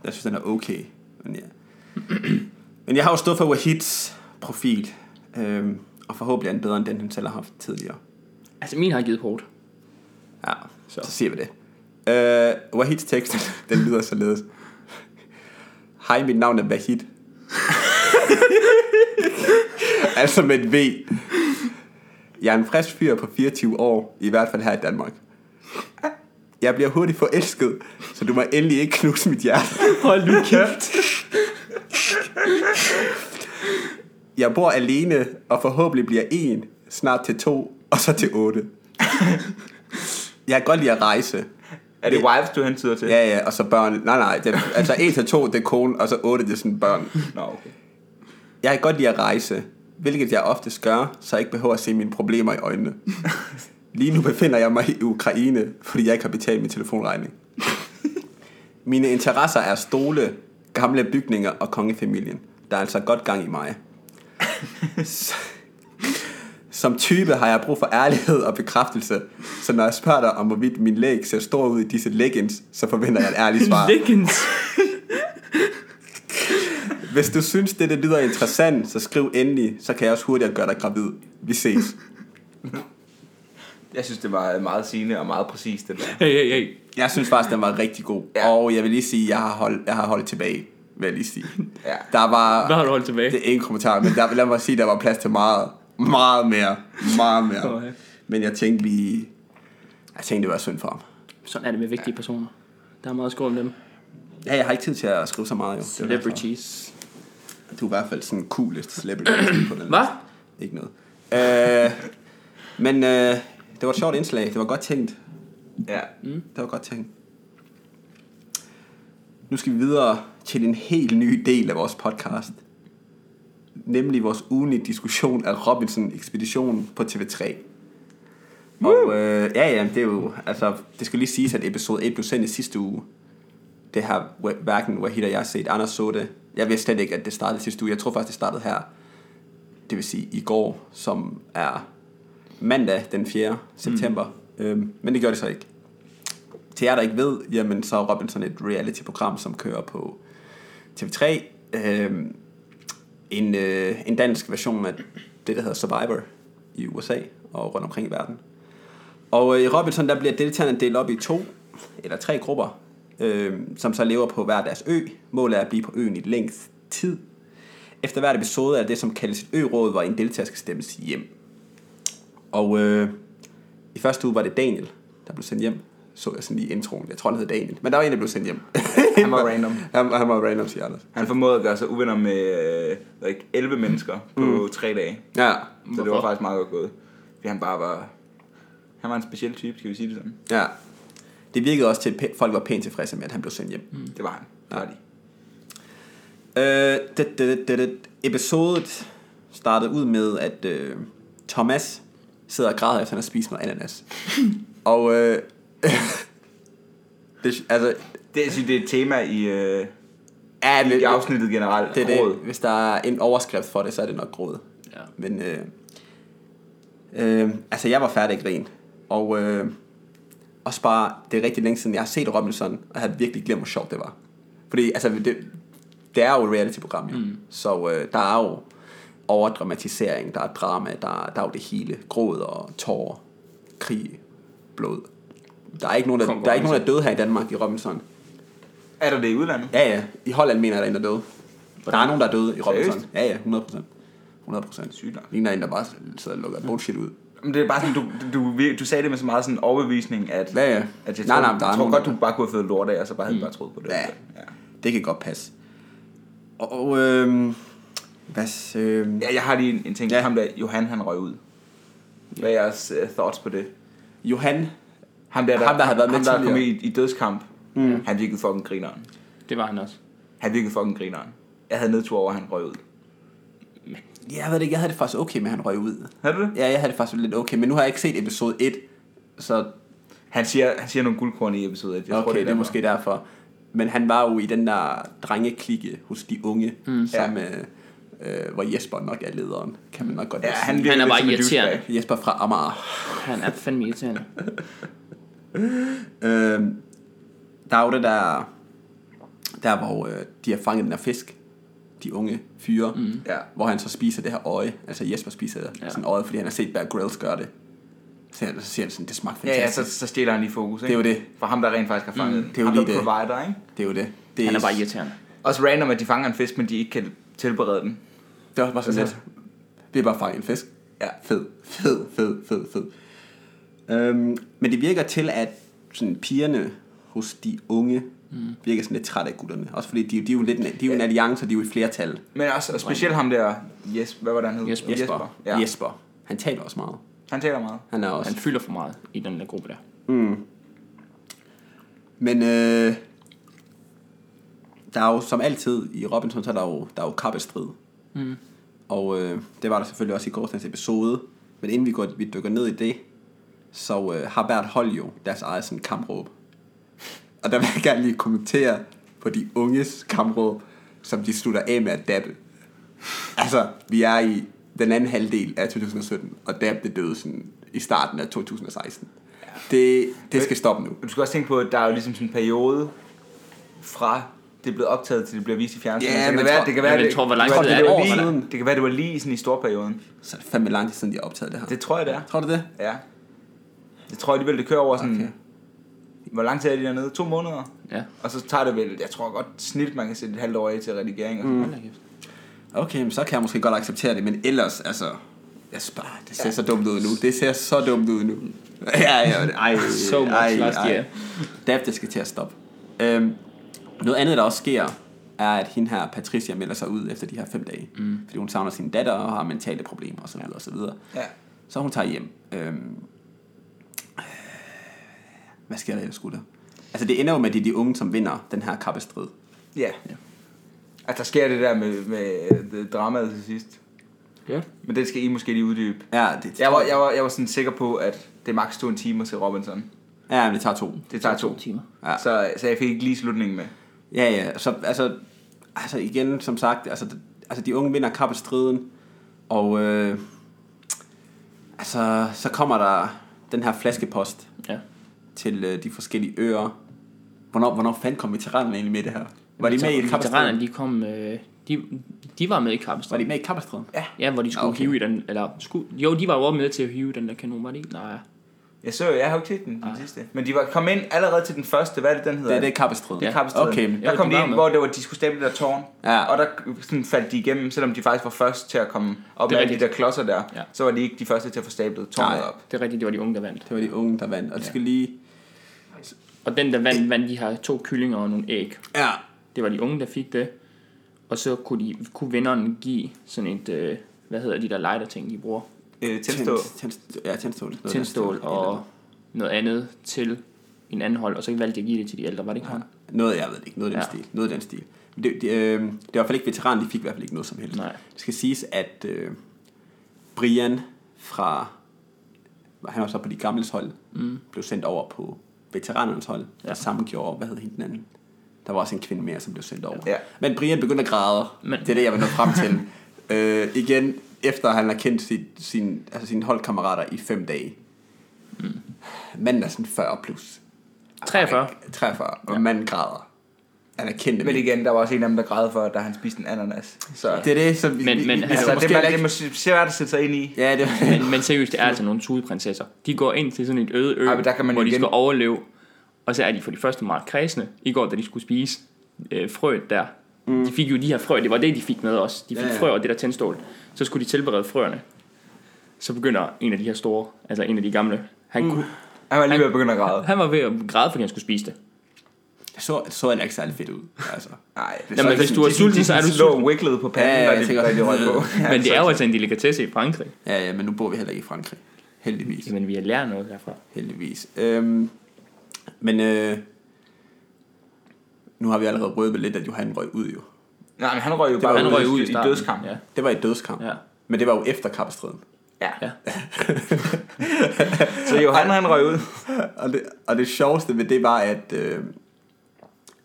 A: Jeg synes, den er okay. Men, ja. Men jeg har jo stået for Wahids profil, øh, og forhåbentlig er den bedre, end den, han selv har haft tidligere.
B: Altså, min har givet hårdt.
A: Ja,
B: Så.
A: så, så siger vi det. Øh, Wahids tekst, den lyder således. Hej, mit navn er Wahid. altså med et V. Jeg er en frisk fyr på 24 år, i hvert fald her i Danmark. Jeg bliver hurtigt forelsket, så du må endelig ikke knuse mit hjerte.
B: *laughs* Hold nu kæft.
A: Jeg bor alene, og forhåbentlig bliver en snart til to, og så til otte. Jeg kan godt lide at rejse,
C: Er det
A: Det-
C: wives, du hentyder til?
A: Ja, ja, og så børn. Nej, nej, det, altså 1 til 2, det er kone, og så 8, det er sådan børn.
C: Nå, okay.
A: Jeg kan godt lide at rejse, hvilket jeg oftest gør, så jeg ikke behøver at se mine problemer i øjnene. Lige nu befinder jeg mig i Ukraine, fordi jeg ikke har betalt min telefonregning. Mine interesser er stole, gamle bygninger og kongefamilien. Der er altså godt gang i mig. S- Som type har jeg brug for ærlighed og bekræftelse, så når jeg spørger dig om, hvorvidt min læg ser stor ud i disse leggings, så forventer jeg et ærligt svar.
B: Liggins.
A: Hvis du synes, det, det lyder interessant, så skriv endelig, så kan jeg også hurtigt gøre dig gravid. Vi ses.
C: Jeg synes, det var meget sigende og meget præcist, det der.
B: Hey, hey, hey.
A: Jeg synes faktisk, den var rigtig god.
C: Ja.
A: Ja. Og jeg vil lige sige, jeg har holdt, jeg har holdt tilbage, vil jeg lige sige.
C: Ja.
A: Der var...
B: Hvad har du holdt tilbage?
A: Det er en kommentar, men der, lad mig sige, der var plads til meget, meget mere. Meget mere.
B: Okay.
A: Men jeg tænkte lige... Jeg tænkte, det var synd for ham.
B: Sådan er det med vigtige personer. Der er meget at skrive om dem.
A: Ja, jeg har ikke tid til at skrive så meget, jo. Det er derfor.
B: Celebrities.
A: Du er i hvert fald sådan en coolest celebrity på den
B: Hvad?
A: Ikke noget. Øh, men øh, det var et sjovt indslag. Det var godt tænkt.
C: Ja.
A: Mm. Det var godt tænkt. Nu skal vi videre til en helt ny del af vores podcast. Nemlig vores ugenlige diskussion af Robinson-ekspeditionen på TV3. Og øh, ja, ja, det er jo, altså, det skal lige siges, at episode 1 blev sendt i sidste uge. Det har hver- hverken Wahid og jeg set. Anders så det. Jeg vidste slet ikke, at det startede sidste uge. Jeg tror faktisk, det startede her. Det vil sige i går, som er mandag den 4. september. Mm. Øhm, men det gjorde det så ikke. Til jer, der ikke ved, jamen, så er Robinson et reality-program, som kører på TV3. Øhm, en, øh, en dansk version af det, der hedder Survivor i USA og rundt omkring i verden. Og øh, i Robinson, der bliver deltagerne delt op i to eller tre grupper, øh, som så lever på hver deres ø. Målet er at blive på øen i længst tid. Efter hver episode er det, som kaldes et ø-råd, hvor en deltager skal stemmes hjem. Og øh, i første uge var det Daniel, der blev sendt hjem. Så jeg sådan lige introen. Jeg tror, han hed Daniel. Men der var en, der blev sendt hjem. *laughs*
C: Han var random.
A: han, han var random, siger Anders.
C: Han formåede at gøre sig uvenner med øh, like 11 mennesker på mm. tre dage.
A: Ja,
C: Så det var
B: Hvorfor?
C: faktisk meget godt gået. Fordi han bare var... Han var en speciel type, skal vi sige det sådan.
A: ja. Det virkede også til, at pæ- folk var pænt tilfredse med, at han blev sendt hjem. Mm.
C: Det var han. Det var de.
A: Øh, det, det, det, det. Episodet startede ud med, at øh, Thomas sidder og græder, efter han har spist noget ananas. og øh, *laughs* det, altså,
C: Det, jeg synes, det er et tema i, øh,
A: ja,
C: i afsnittet generelt.
A: det, er det,
C: Råd.
A: hvis der er en overskrift for det, så er det nok gråd.
B: Ja.
A: Men øh, øh, altså, jeg var færdig at grine. Og øh, også bare, det er rigtig længe siden, jeg har set Robinson, og jeg havde virkelig glemt, hvor sjovt det var. Fordi altså, det, det er jo et reality-program, jo. Mm. Så øh, der er jo overdramatisering, der er drama, der, er- der er jo det hele. Gråd og tårer. krig, blod. Der er ikke nogen, der, der, er ikke nogen, der døde her i Danmark i Robinson.
C: Er der det i udlandet?
A: Ja, ja. I Holland mener jeg, der er en, der døde. Der er nogen, der er døde i Robinson.
C: Seriøst?
A: Ja, ja. 100 procent. 100 procent.
C: Sygt nok.
A: Ligner en, der bare sidder og lukker bullshit ud.
C: Men det er bare sådan, du, du, vir- du sagde det med så meget sådan overbevisning, at,
A: Ja, ja.
C: at jeg
A: Nej,
C: tror,
A: nej, men der er
C: jeg tror
A: nogen,
C: godt,
A: der-
C: du bare kunne have fået lort af, og så bare havde mm. bare troet på det.
A: Ja. Det kan godt passe. Og, og øhm, hvad, øhm,
C: ja. jeg har lige en, en ting.
A: Ja.
C: Ja. Ham der, Johan, han røg ud. Hvad er jeres uh, thoughts på det?
A: Johan,
C: Ham der, der,
A: Ham, der har været med
C: ham, der kom
A: tidligere.
C: i, i dødskamp, mm. han virkede fucking grineren.
B: Det var han også.
C: Han virkede fucking grineren. Jeg havde nedtur over, at han røg ud.
A: ja, jeg ved det ikke, jeg havde det faktisk okay med, at han røg ud.
C: Havde du det?
A: Ja, jeg havde det faktisk lidt okay, men nu har jeg ikke set episode 1, så
C: Han siger, han siger nogle guldkorn i episode 1. Jeg
A: okay,
C: tror,
A: det er
C: derfor.
A: måske derfor. Men han var jo i den der drengeklikke hos de unge, mm. sammen med, øh, hvor Jesper nok er lederen, kan man nok godt
C: Ja,
A: sige.
C: han, virkede
B: er
C: lidt
B: bare
C: som en
B: irriterende.
C: douchebag.
A: Jesper fra Amager.
B: Han er fandme irriterende.
A: Øh, der er jo det der, der hvor øh, de har fanget den her fisk, de unge fyre, mm.
C: Ja.
A: hvor han så spiser det her øje, altså Jesper spiser ja. sådan øjet, fordi han har set Bear Grylls gøre det. Så, han, så siger han sådan, det smagte
C: Ja,
A: fantastisk.
C: ja, så, så stjæler han lige fokus, ikke?
A: Det er jo det.
C: For ham, der rent faktisk har fanget mm,
A: det er jo
C: ham,
A: lige
C: der
A: det.
C: provider, ikke?
A: Det er jo det. det
B: Han er bare irriterende.
C: Også random, at de fanger en fisk, men de ikke kan tilberede den.
A: Det var bare sådan lidt. Vi er bare fanget en fisk.
C: Ja.
A: Fed, fed, fed, fed, fed. Øhm, men det virker til, at sådan pigerne hos de unge mm. virker sådan lidt trætte af gutterne. Også fordi de, de er jo lidt en, de er jo en alliance, og de er jo i flertal.
C: Men også og specielt ham der, yes, hvad var det, han hed?
B: Jesper.
A: Jesper.
C: Ja.
A: Ja. Jesper. Han taler også meget.
C: Han taler meget.
A: Han er også.
B: Han fylder for meget i den der gruppe der.
A: Men øh, der er jo som altid i Robinson, så er der jo, der er jo kappestrid. Mm. Og øh, det var der selvfølgelig også i gårsdagens episode. Men inden vi, går, vi dykker ned i det, så øh, har hvert hold jo deres eget sådan kampråb. Og der vil jeg gerne lige kommentere på de unges kampråb, som de slutter af med at dabbe. Altså, vi er i den anden halvdel af 2017, og dab det døde sådan i starten af 2016. Det, det skal stoppe nu.
C: Du skal også tænke på, at der er jo ligesom sådan en periode fra det er blevet optaget, til det bliver vist i fjernsynet.
A: Ja,
C: Så det,
A: men
C: kan være,
A: tror-
C: det kan
B: Ja,
C: være,
B: men
C: det,
B: jeg tror, hvor lang
C: det,
A: tid
C: det,
A: er det?
C: det,
A: År
C: var
A: siden?
C: lige, det kan være, det var lige sådan i storperioden.
A: Så er det fandme lang tid siden, de har optaget det her.
C: Det tror jeg, det er.
A: Tror du det?
C: Ja. Jeg tror alligevel, det kører over sådan...
A: Okay.
C: Okay. Hvor lang tid er de dernede? To måneder?
B: Ja.
C: Og så tager det vel, jeg tror godt snilt, man kan sætte et halvt år af til redigering. Og sådan. Mm.
A: Okay, men så kan jeg måske godt acceptere det, men ellers, altså... Jeg synes bare, det ser ja. så dumt ud nu. Det ser så dumt ud nu. *laughs* Ja, ja, men ej,
B: So much
A: ej,
B: last
A: ej.
B: year.
A: Dab, det skal til at stoppe. Øhm, noget andet, der også sker, er, at hende her, Patricia, melder sig ud efter de her fem dage. Mm. Fordi hun savner sin datter og har mentale problemer osv. Ja. osv.
C: Ja.
A: Så hun tager hjem. Øhm, øh, hvad sker der ellers, gutter? Altså, det ender jo med, at det er de unge, som vinder den her kappestrid.
C: Ja.
B: Ja.
C: At der sker det der med, med øh, dramaet til sidst.
B: Ja.
C: Men det skal I måske lige uddybe.
A: Ja, det,
C: Jeg var, jeg var, jeg var sådan sikker på, at det maks tog en time at se Robinson.
A: Ja, men det tager to.
C: Det tager to.
B: Timer.
A: Ja.
C: Så, så jeg fik ikke lige slutningen med.
A: Ja, ja, så altså, altså igen, som sagt, altså, d- altså de unge vinder kappestriden, og øh, altså, så kommer der den her flaskepost
B: Ja.
A: til øh, de forskellige øer. Hvornår, hvornår fanden kom veteranerne egentlig med i det her? Var de med i
B: Veteranerne,
A: kappestriden?
B: de kom... Øh, de, de var med i
A: Var
B: Kappestad.
A: de med i kappestriden? Ja.
B: Ja, hvor de skulle
A: Okay.
B: okay. hive i den, eller skulle, jo, de var jo også med til at hive den der kanon, var det ikke? Nej,
C: Jeg så, jeg har jo ikke set den, den sidste. Men de var kom ind allerede til den første, hvad er det, den hedder?
A: Det, det er kappestriden.
B: Ja.
C: Kappestriden.
A: Okay, men-
C: der
B: Jo,
C: kom
B: de
C: de
B: var
C: ind,
B: med.
C: hvor det var, de skulle stemme det der tårn.
A: Ja.
C: Og der sådan, faldt de igennem, selvom de faktisk var først til at komme op
B: Det
C: med
B: er
C: alle de der
B: rigtigt.
C: klodser der.
B: Ja.
C: Så var de ikke de første til at få stablet tårnet
A: Nej.
C: op.
B: det er rigtigt, det var de unge, der vandt.
A: Det var de unge, der vandt. Og det skal lige...
B: Og den, der vandt, vandt de her to kyllinger og nogle æg.
A: Ja,
B: Det var de unge, der fik det. Og så kunne, de, kunne vinderen give sådan et, øh, hvad hedder de der lighter-ting, de bruger?
C: Øh, tilstå.
A: Tænd, tænd, ja, tændstål. Noget
B: Tændstål og noget andet til en anden hold, og så valgte de at give det til de ældre, var det ikke ja.
A: Noget, jeg ved det ikke. Noget af den ja.
B: Ja.
A: stil. Noget af den stil. Men det, det, øh, det var i hvert fald ikke veteran, de fik i hvert fald ikke noget som helst.
B: Nej.
A: Det skal siges, at øh, Brian fra... Han var så på de gamles hold. Mm. Blev sendt over på veteranernes hold. Ja. Og sammen gjorde, hvad hed hende den anden? Der var også en kvinde mere, som blev sendt over.
C: Ja.
A: Men Brian begyndte at græde. Men.
B: Men-
A: Det er det, jeg vil nå frem til. *laughs* øh, igen, efter han har kendt sit, sin, altså sine holdkammerater i fem dage. Mm. Manden er sådan 40 plus.
B: 43.
A: Ej, 43, og ja. manden græder. han er kendt.
C: Men igen, der var også en af dem, der græd for, da han spiste en ananas. Så
A: det er det, som vi,
B: Men-
A: vi,
B: men
A: vi,
B: han er
C: altså,
B: jo
A: måske
C: det, man,
A: heller
C: det er
A: ikke-
C: måske svært at sætte sig ind i.
A: Ja, det
B: *laughs* Men, men seriøst, det er altså nogle tudeprinsesser. De går ind til sådan et øde ø,
C: Ej, men der kan man
B: hvor
C: jo
B: de
C: igen-
B: skal overleve. Og så er de for de første meget kredsende. I går, da de skulle spise øh, frøet der, mm. de fik jo de her frø. Det var det, de fik med os. De fik
A: Ja, ja.
B: frø og det der tændstål. Så skulle de tilberede frøerne. Så begynder en af de her store, altså en af de gamle, han, mm. kunne,
C: Han var lige ved at begynde at græde.
B: han var ved at græde, fordi han skulle spise det.
A: så, så er det ikke særlig fedt ud. Altså.
C: Nej, det er
B: Jamen,
C: så-
B: hvis du er
C: det- det-
B: sulten,
C: det-
B: så er
C: det-
B: du
C: det lå wigglet på panden,
A: Ja,
C: ja,
A: ja,
C: ja,
A: jeg
C: det
A: tænker
C: var det
A: også,
C: rødt på.
B: Ja, men det er jo altså en delikatesse i Frankrig.
A: Ja, ja, men nu bor vi heller ikke i Frankrig. Heldigvis.
B: Jamen, vi har lært noget derfra.
A: Heldigvis. Øhm, men øh, nu har vi allerede røbet lidt, at Johan røg ud jo.
C: *laughs* Nej, men han røg jo
A: var-
C: bare
B: Han
A: Og
B: røg ud i
C: i
B: starten.
C: dødskamp.
B: Ja.
A: Det var i dødskamp.
B: Ja.
A: Men det var jo efter kappestriden. *laughs*
C: Ja.
B: Ja.
C: Så Johan, han røg ud.
A: *laughs* Og det, og det sjoveste ved det var, at, øh,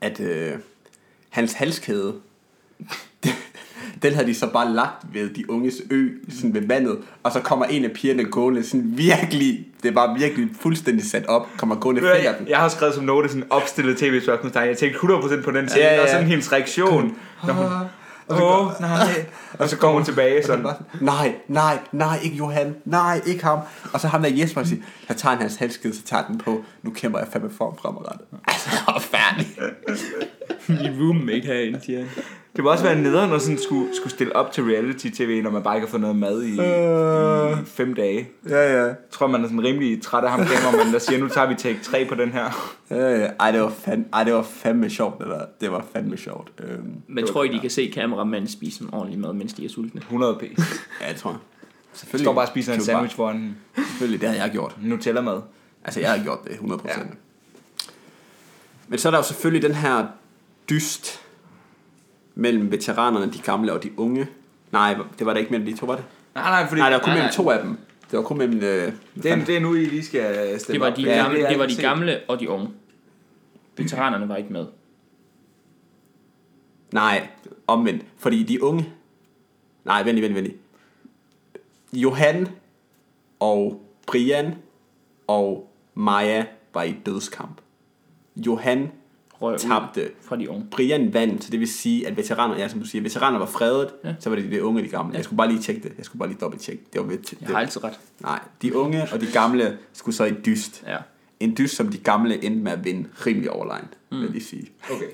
A: at øh, hans halskæde, *laughs* den havde de så bare lagt ved de unges ø, sådan ved vandet, og så kommer en af pigerne gående, sådan virkelig, det var virkelig fuldstændig sat op, kommer gående
C: Ved du hvad,
A: finder den.
C: Jeg har skrevet som note sådan opstillet tv-spørgsmålstegn. Jeg tænkte 100% på den scene,
A: Ja, ja.
C: og sådan hendes reaktion. Når hun,
A: Og så går-
C: åh, nej. Og så kommer hun tilbage
A: Og så
C: sådan.
A: bare, nej, nej, nej, ikke Johan, nej, ikke ham. Og så ham der Jesper og siger, jeg tager han hans halskede, så tager jeg den på. Nu kæmper jeg fandme for ham fremadrettet. *laughs* Altså, og færdig.
B: Min roommate herinde, siger han.
C: Det må også være nederen at sådan skulle, skulle stille op til reality-tv, når man bare ikke har fået noget mad i, i fem dage.
A: Ja, ja.
C: Jeg tror, man er sådan rimelig træt af ham kameramanden, der siger, nu tager vi take 3 på den her.
A: Ja, ja. Øh, Ej, det var, fandme, ej, det var fandme sjovt, det der. Det var fandme sjovt. Øhm,
B: Men tror I, de kan se kameramanden spise en ordentlig mad, mens de er sultne?
C: 100 p.
A: ja, det tror jeg.
C: Jeg
A: Selvfølgelig.
C: står bare og spiser en
A: Køber
C: sandwich for en
A: bare- Selvfølgelig, det havde jeg gjort.
C: Nutella-mad.
A: Altså, jeg havde gjort det 100%. Ja. Men så er der jo selvfølgelig den her dyst mellem veteranerne, de gamle og de unge. Nej, det var der ikke mellem de to, var det?
C: Nej, nej, fordi
A: Nej, der var kun
B: nej,
A: mellem
B: nej.
A: to af dem. Det var kun mellem... Øh,
C: det, er, det er nu, I lige skal stemme
B: Det var
C: op.
B: de,
C: Ja,
B: gamle,
C: er
B: det var de
C: set.
B: gamle og de unge. Veteranerne var ikke med.
A: nej, omvendt. Fordi de unge... Nej, vent lige, vent lige, vent lige. Johan og Brian og Maja var i dødskamp. Johan
B: Røg ud
A: tabte.
B: fra de unge.
A: Brian vandt, så det vil sige, at veteraner, ja, som du siger, veteraner var fredet, ja.
B: Ja.
A: så var det de unge og de gamle. Jeg skulle bare lige tjekke det. Jeg skulle bare lige dobbelt tjekke. Det var ved, det,
B: Jeg har altid ret.
A: Nej, de unge og de gamle skulle så i dyst.
B: Ja.
A: En dyst, som de gamle endte med at vinde rimelig overlegn, mm. vil jeg lige sige.
C: Okay.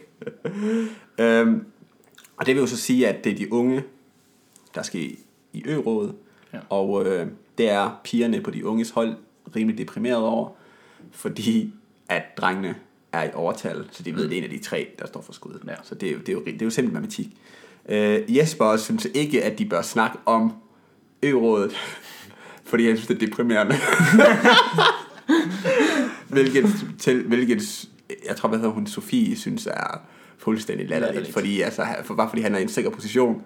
A: Øhm, og det vil jo så sige, at det er de unge, der skal i, i ø-rådet, ja.
B: Ja.
A: og øh, det er pigerne på de unges hold rimelig deprimerede over, fordi at drengene er i overtal, så de ved, at det er en af de tre, der står for skuddet.
B: Ja.
A: Så det er, jo, det, er jo, det er jo simpel matematik. Øh, Jesper synes ikke, at de bør snakke om ø-rådet, *laughs* fordi han synes, det er deprimerende. hvilket, til, hvilket jeg tror, hvad hedder hun, Sofie, synes er fuldstændig latterligt.
B: Latterligt.
A: Fordi, altså, han- for, bare fordi han er i en sikker position, *laughs*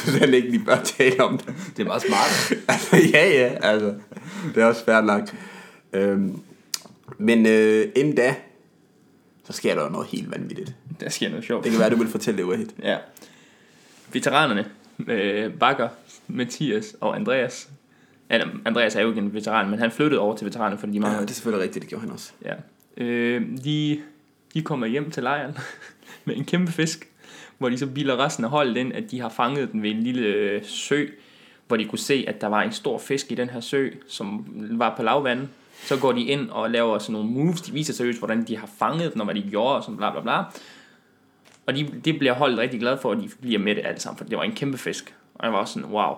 A: synes han ikke, de bør tale om det.
C: Det er meget smart.
A: *laughs* altså, ja, ja, altså, det er også fair nok. Øhm, men øh, inden da, så sker der jo noget helt vanvittigt.
B: Der sker noget sjovt.
A: Det kan være, du vil fortælle det, Wahid.
B: Ja. Veteranerne, øh, Bakker, Mathias og Andreas. Eller, Andreas er jo ikke en veteran, men han flyttede over til veteraner, fordi de er meget
A: Ja, det er selvfølgelig rigtigt, det gjorde han også.
B: Ja. Øh, de, de kommer hjem til lejren *laughs* med en kæmpe fisk, hvor de så bilder resten af holdet ind, at de har fanget den ved en lille øh, sø, hvor de kunne se, at der var en stor fisk i den her sø, som var på lavvande. Så går de ind og laver sådan nogle moves. De viser seriøst, hvordan de har fanget den, og hvad de gjorde, og sådan bla bla bla. Og de, det bliver holdet rigtig glad for, at de bliver med det alle sammen, for det var en kæmpe fisk. Og jeg var også sådan, wow,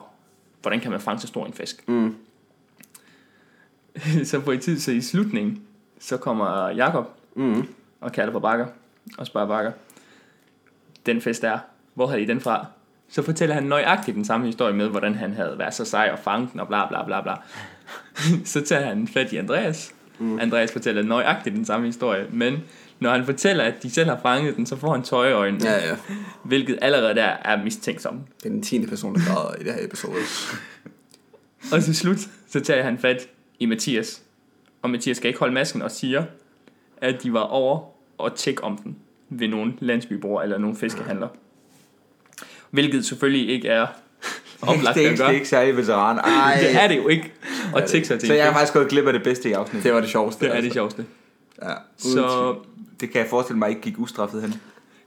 B: hvordan kan man fange så stor en fisk?
A: Mm.
B: *laughs* så på et tid, så i slutningen, så kommer Jakob
A: Mm.
B: og kalder på Bakker, og spørger Bakker, den fest der, hvor havde I den fra? Så fortæller han nøjagtigt den samme historie med, hvordan han havde været så sej og fanget den og bla bla bla bla. *laughs* så tager han fat i Andreas. Mm. Andreas fortæller nøjagtigt den samme historie, men når han fortæller, at de selv har fanget den, så får han tøjeøjne, ja.
A: Ja, ja.
B: hvilket allerede der er mistænksomt.
A: Det er den tiende person, der græder i det her episode.
B: Og til slut, så tager han fat i Mathias. Og Mathias skal ikke holde masken og siger, at de var over og tjekke om den ved nogle landsbybroer eller nogle fiskehandler. Hvilket selvfølgelig ikke er oplagt
C: *laughs* det, er
B: at
C: ikke,
B: gøre.
C: det er ikke særlig veteran. Ej.
B: Det er det jo ikke. Og tjekke sig til
C: Så
B: en
C: jeg har
B: fisk.
C: faktisk gået glip af det bedste i afsnittet.
A: Det var det sjoveste. altså.
B: Det er det sjoveste.
A: Ja.
B: Så
C: Det kan jeg forestille mig ikke gik ustraffet hen.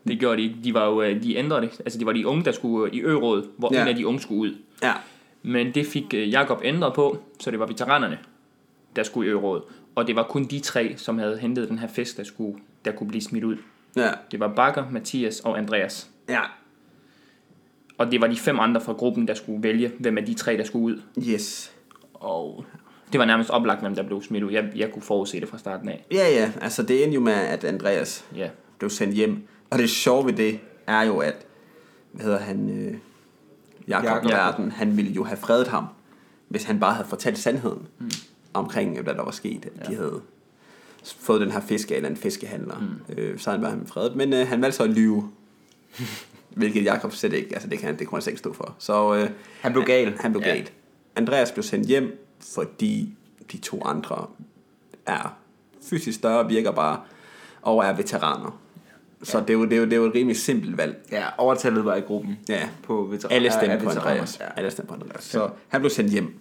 B: Det gjorde de ikke. De, var jo, øh, de ændrede det. Altså, det var de unge, der skulle øh, i ørådet, hvor
A: Ja.
B: ja. en af de unge skulle ud.
A: Ja.
B: Men det fik øh, Jakob ændret på, så det var veteranerne, der skulle i ørådet. Og det var kun de tre, som havde hentet den her fisk, der, skulle, der kunne blive smidt ud.
A: Ja.
B: Det var Bakker, Mathias og Andreas.
A: Ja.
B: Og det var de fem andre fra gruppen, der skulle vælge, hvem af de tre, der skulle ud.
A: Yes.
B: Og det var nærmest oplagt, hvem der blev smidt ud. Jeg, jeg kunne forudse det fra starten af.
A: Ja, ja. Altså, det endte jo med, at Andreas
B: Ja.
A: blev sendt hjem. Og det sjove ved det er jo, at... Hvad hedder han? Øh, Jakob
C: Jakob.
A: Verden. Han ville jo have fredet ham, hvis han bare havde fortalt sandheden mm. omkring, hvad der var sket. At ja. de havde fået den her fisk af en eller anden fiskehandler. Mm. Øh, så han var han fredet. Men øh, han valgte så at lyve. Hvilket Jakob slet ikke... Altså, det, kan, han- det kunne han slet ikke stå for. Så... Øh,
C: Han blev gal.
A: Han blev
B: Ja.
A: galt. Andreas blev sendt hjem, fordi de to andre er fysisk større, virker bare, og er veteraner. Så det er jo, det er jo, det er jo et rimelig simpelt valg.
C: Ja, overtallet var i gruppen.
A: Ja.
C: På veteran-
A: Alle
C: af- af
A: stemte på
C: veteraner.
A: Andreas.
C: Ja.
A: Alle stemte på Andreas. Så han blev sendt hjem.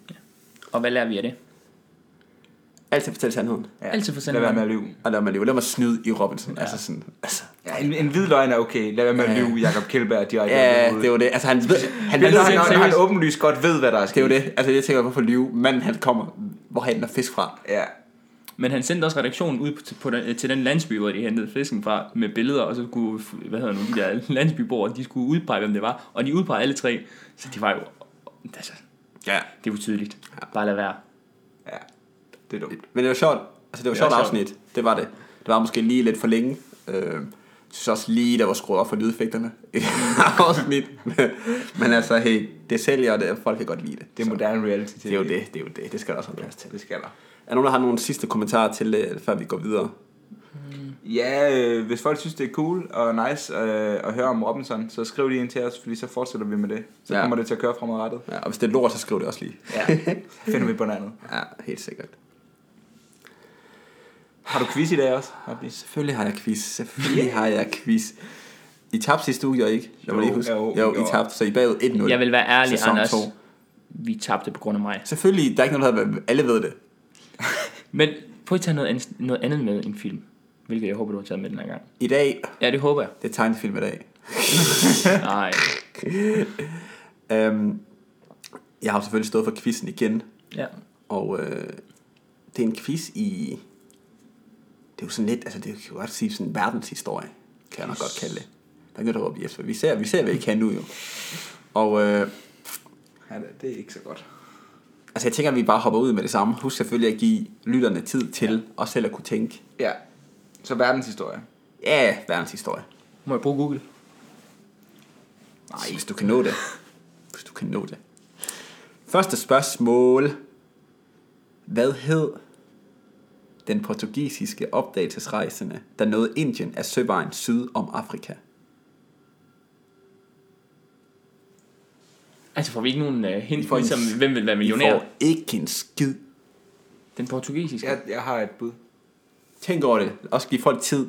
B: Og hvad lærer vi af det?
A: Altid fortælle sandheden.
C: Ja.
B: Altid for
C: Lad
B: sandheden.
C: være med at lyve.
A: Og lad mig leve. Lad mig snyde i Robinson. Ja. Altså sådan, altså.
C: Ja, en, en hvid løgn er okay. Lad være med at lyve, Jacob Kjeldberg direkte.
A: Ja, det er jo det. Altså han ved, han
C: Han,
A: ved,
C: han, han,
A: han,
C: han,
B: seriøst.
C: åbenlyst godt ved, hvad der er
A: det er jo
C: sket.
A: det. Altså jeg tænker, hvorfor lyve? Manden han kommer, hvor han er fisk fra.
C: Ja.
B: Men han sendte også redaktionen ud på, på den, til den landsby, hvor de hentede fisken fra, med billeder, og så skulle, hvad hedder nu, de der landsbyborger, de skulle udpege, hvem det var, og de udpegede alle tre, så det var jo, altså,
A: Ja.
B: det er utydeligt. Bare lad være.
C: ja. Det er dumt.
A: Men det var sjovt. Altså, det var
B: Det
A: sjovt
B: var sjovt.
A: afsnit. Det var det. Det var måske lige lidt for længe. Øh, jeg synes også lige, der var skruet op for lydeffekterne *laughs* i afsnit. Men altså, hey, det sælger, og det, folk kan godt lide det.
C: Det
A: Så
C: er moderne reality
A: det er jo det, det er jo det. Det skal der også have plads til.
C: Det skal der.
A: Er der nogen, der har nogle sidste kommentarer til det, før vi går videre?
C: Ja, øh, hvis folk synes, det er cool og nice øh, at høre om Robinson, så skriv lige ind til os, fordi så fortsætter vi med det. Så
A: Ja.
C: ja. kommer det til at køre fremadrettet.
A: Ja, og hvis det er lort, så skriv det også lige.
C: Ja. *laughs* Finder vi på noget andet.
A: Ja, helt sikkert.
C: Har du quiz i dag også? Abdi?
A: Selvfølgelig har jeg quiz. Selvfølgelig har jeg quiz. I tabte sidste uge, jo ikke? Jeg må lige
C: Jo,
A: huske.
C: jo,
A: jo, I
C: jo.
A: tabte, så I er bagud 1-0.
B: Jeg vil være ærlig,
A: Sæson
B: Anders.
A: to.
B: Vi tabte på grund af mig.
A: Selvfølgelig, der er ikke noget, der hedder- alle ved det.
B: Men prøv at tage noget andet, noget andet med en film, hvilket jeg håber, du har taget med den her gang.
A: I dag,
B: Ja, det håber jeg.
A: det er tegnefilm i dag.
B: Nej.
A: *laughs* Øhm, jeg har jo selvfølgelig stået for quizzen igen,
B: Ja.
A: og øh, det er en quiz i... Det er jo sådan lidt, altså det kan jo godt sige sådan verdenshistorie, kan jeg nok godt kalde det. Der er ikke noget, der råber Jesper. Vi ser, vi ser, hvad I kan nu jo. Og øh,
C: Ja, det- det er ikke så godt.
A: altså jeg tænker, at vi bare hopper ud med det samme. Husk selvfølgelig at give lytterne tid til ja. os selv at kunne tænke,
C: Ja. Så verdenshistorie.
A: ja, verdenshistorie.
B: Må jeg bruge Google?
A: Nej, hvis du kan nå det. Hvis du kan nå det. Første spørgsmål. Hvad hed den portugisiske opdagelsesrejsende, der nåede Indien af søvejen syd om Afrika?
B: Altså, får vi ikke nogen uh, hint,
A: Vi får en-
B: ligesom, hvem vil være
A: I
B: millionær?
A: får ikke en skid.
B: Den portugisiske.
C: Jeg, jeg har et bud.
A: Tænk over det. Også give folk tid.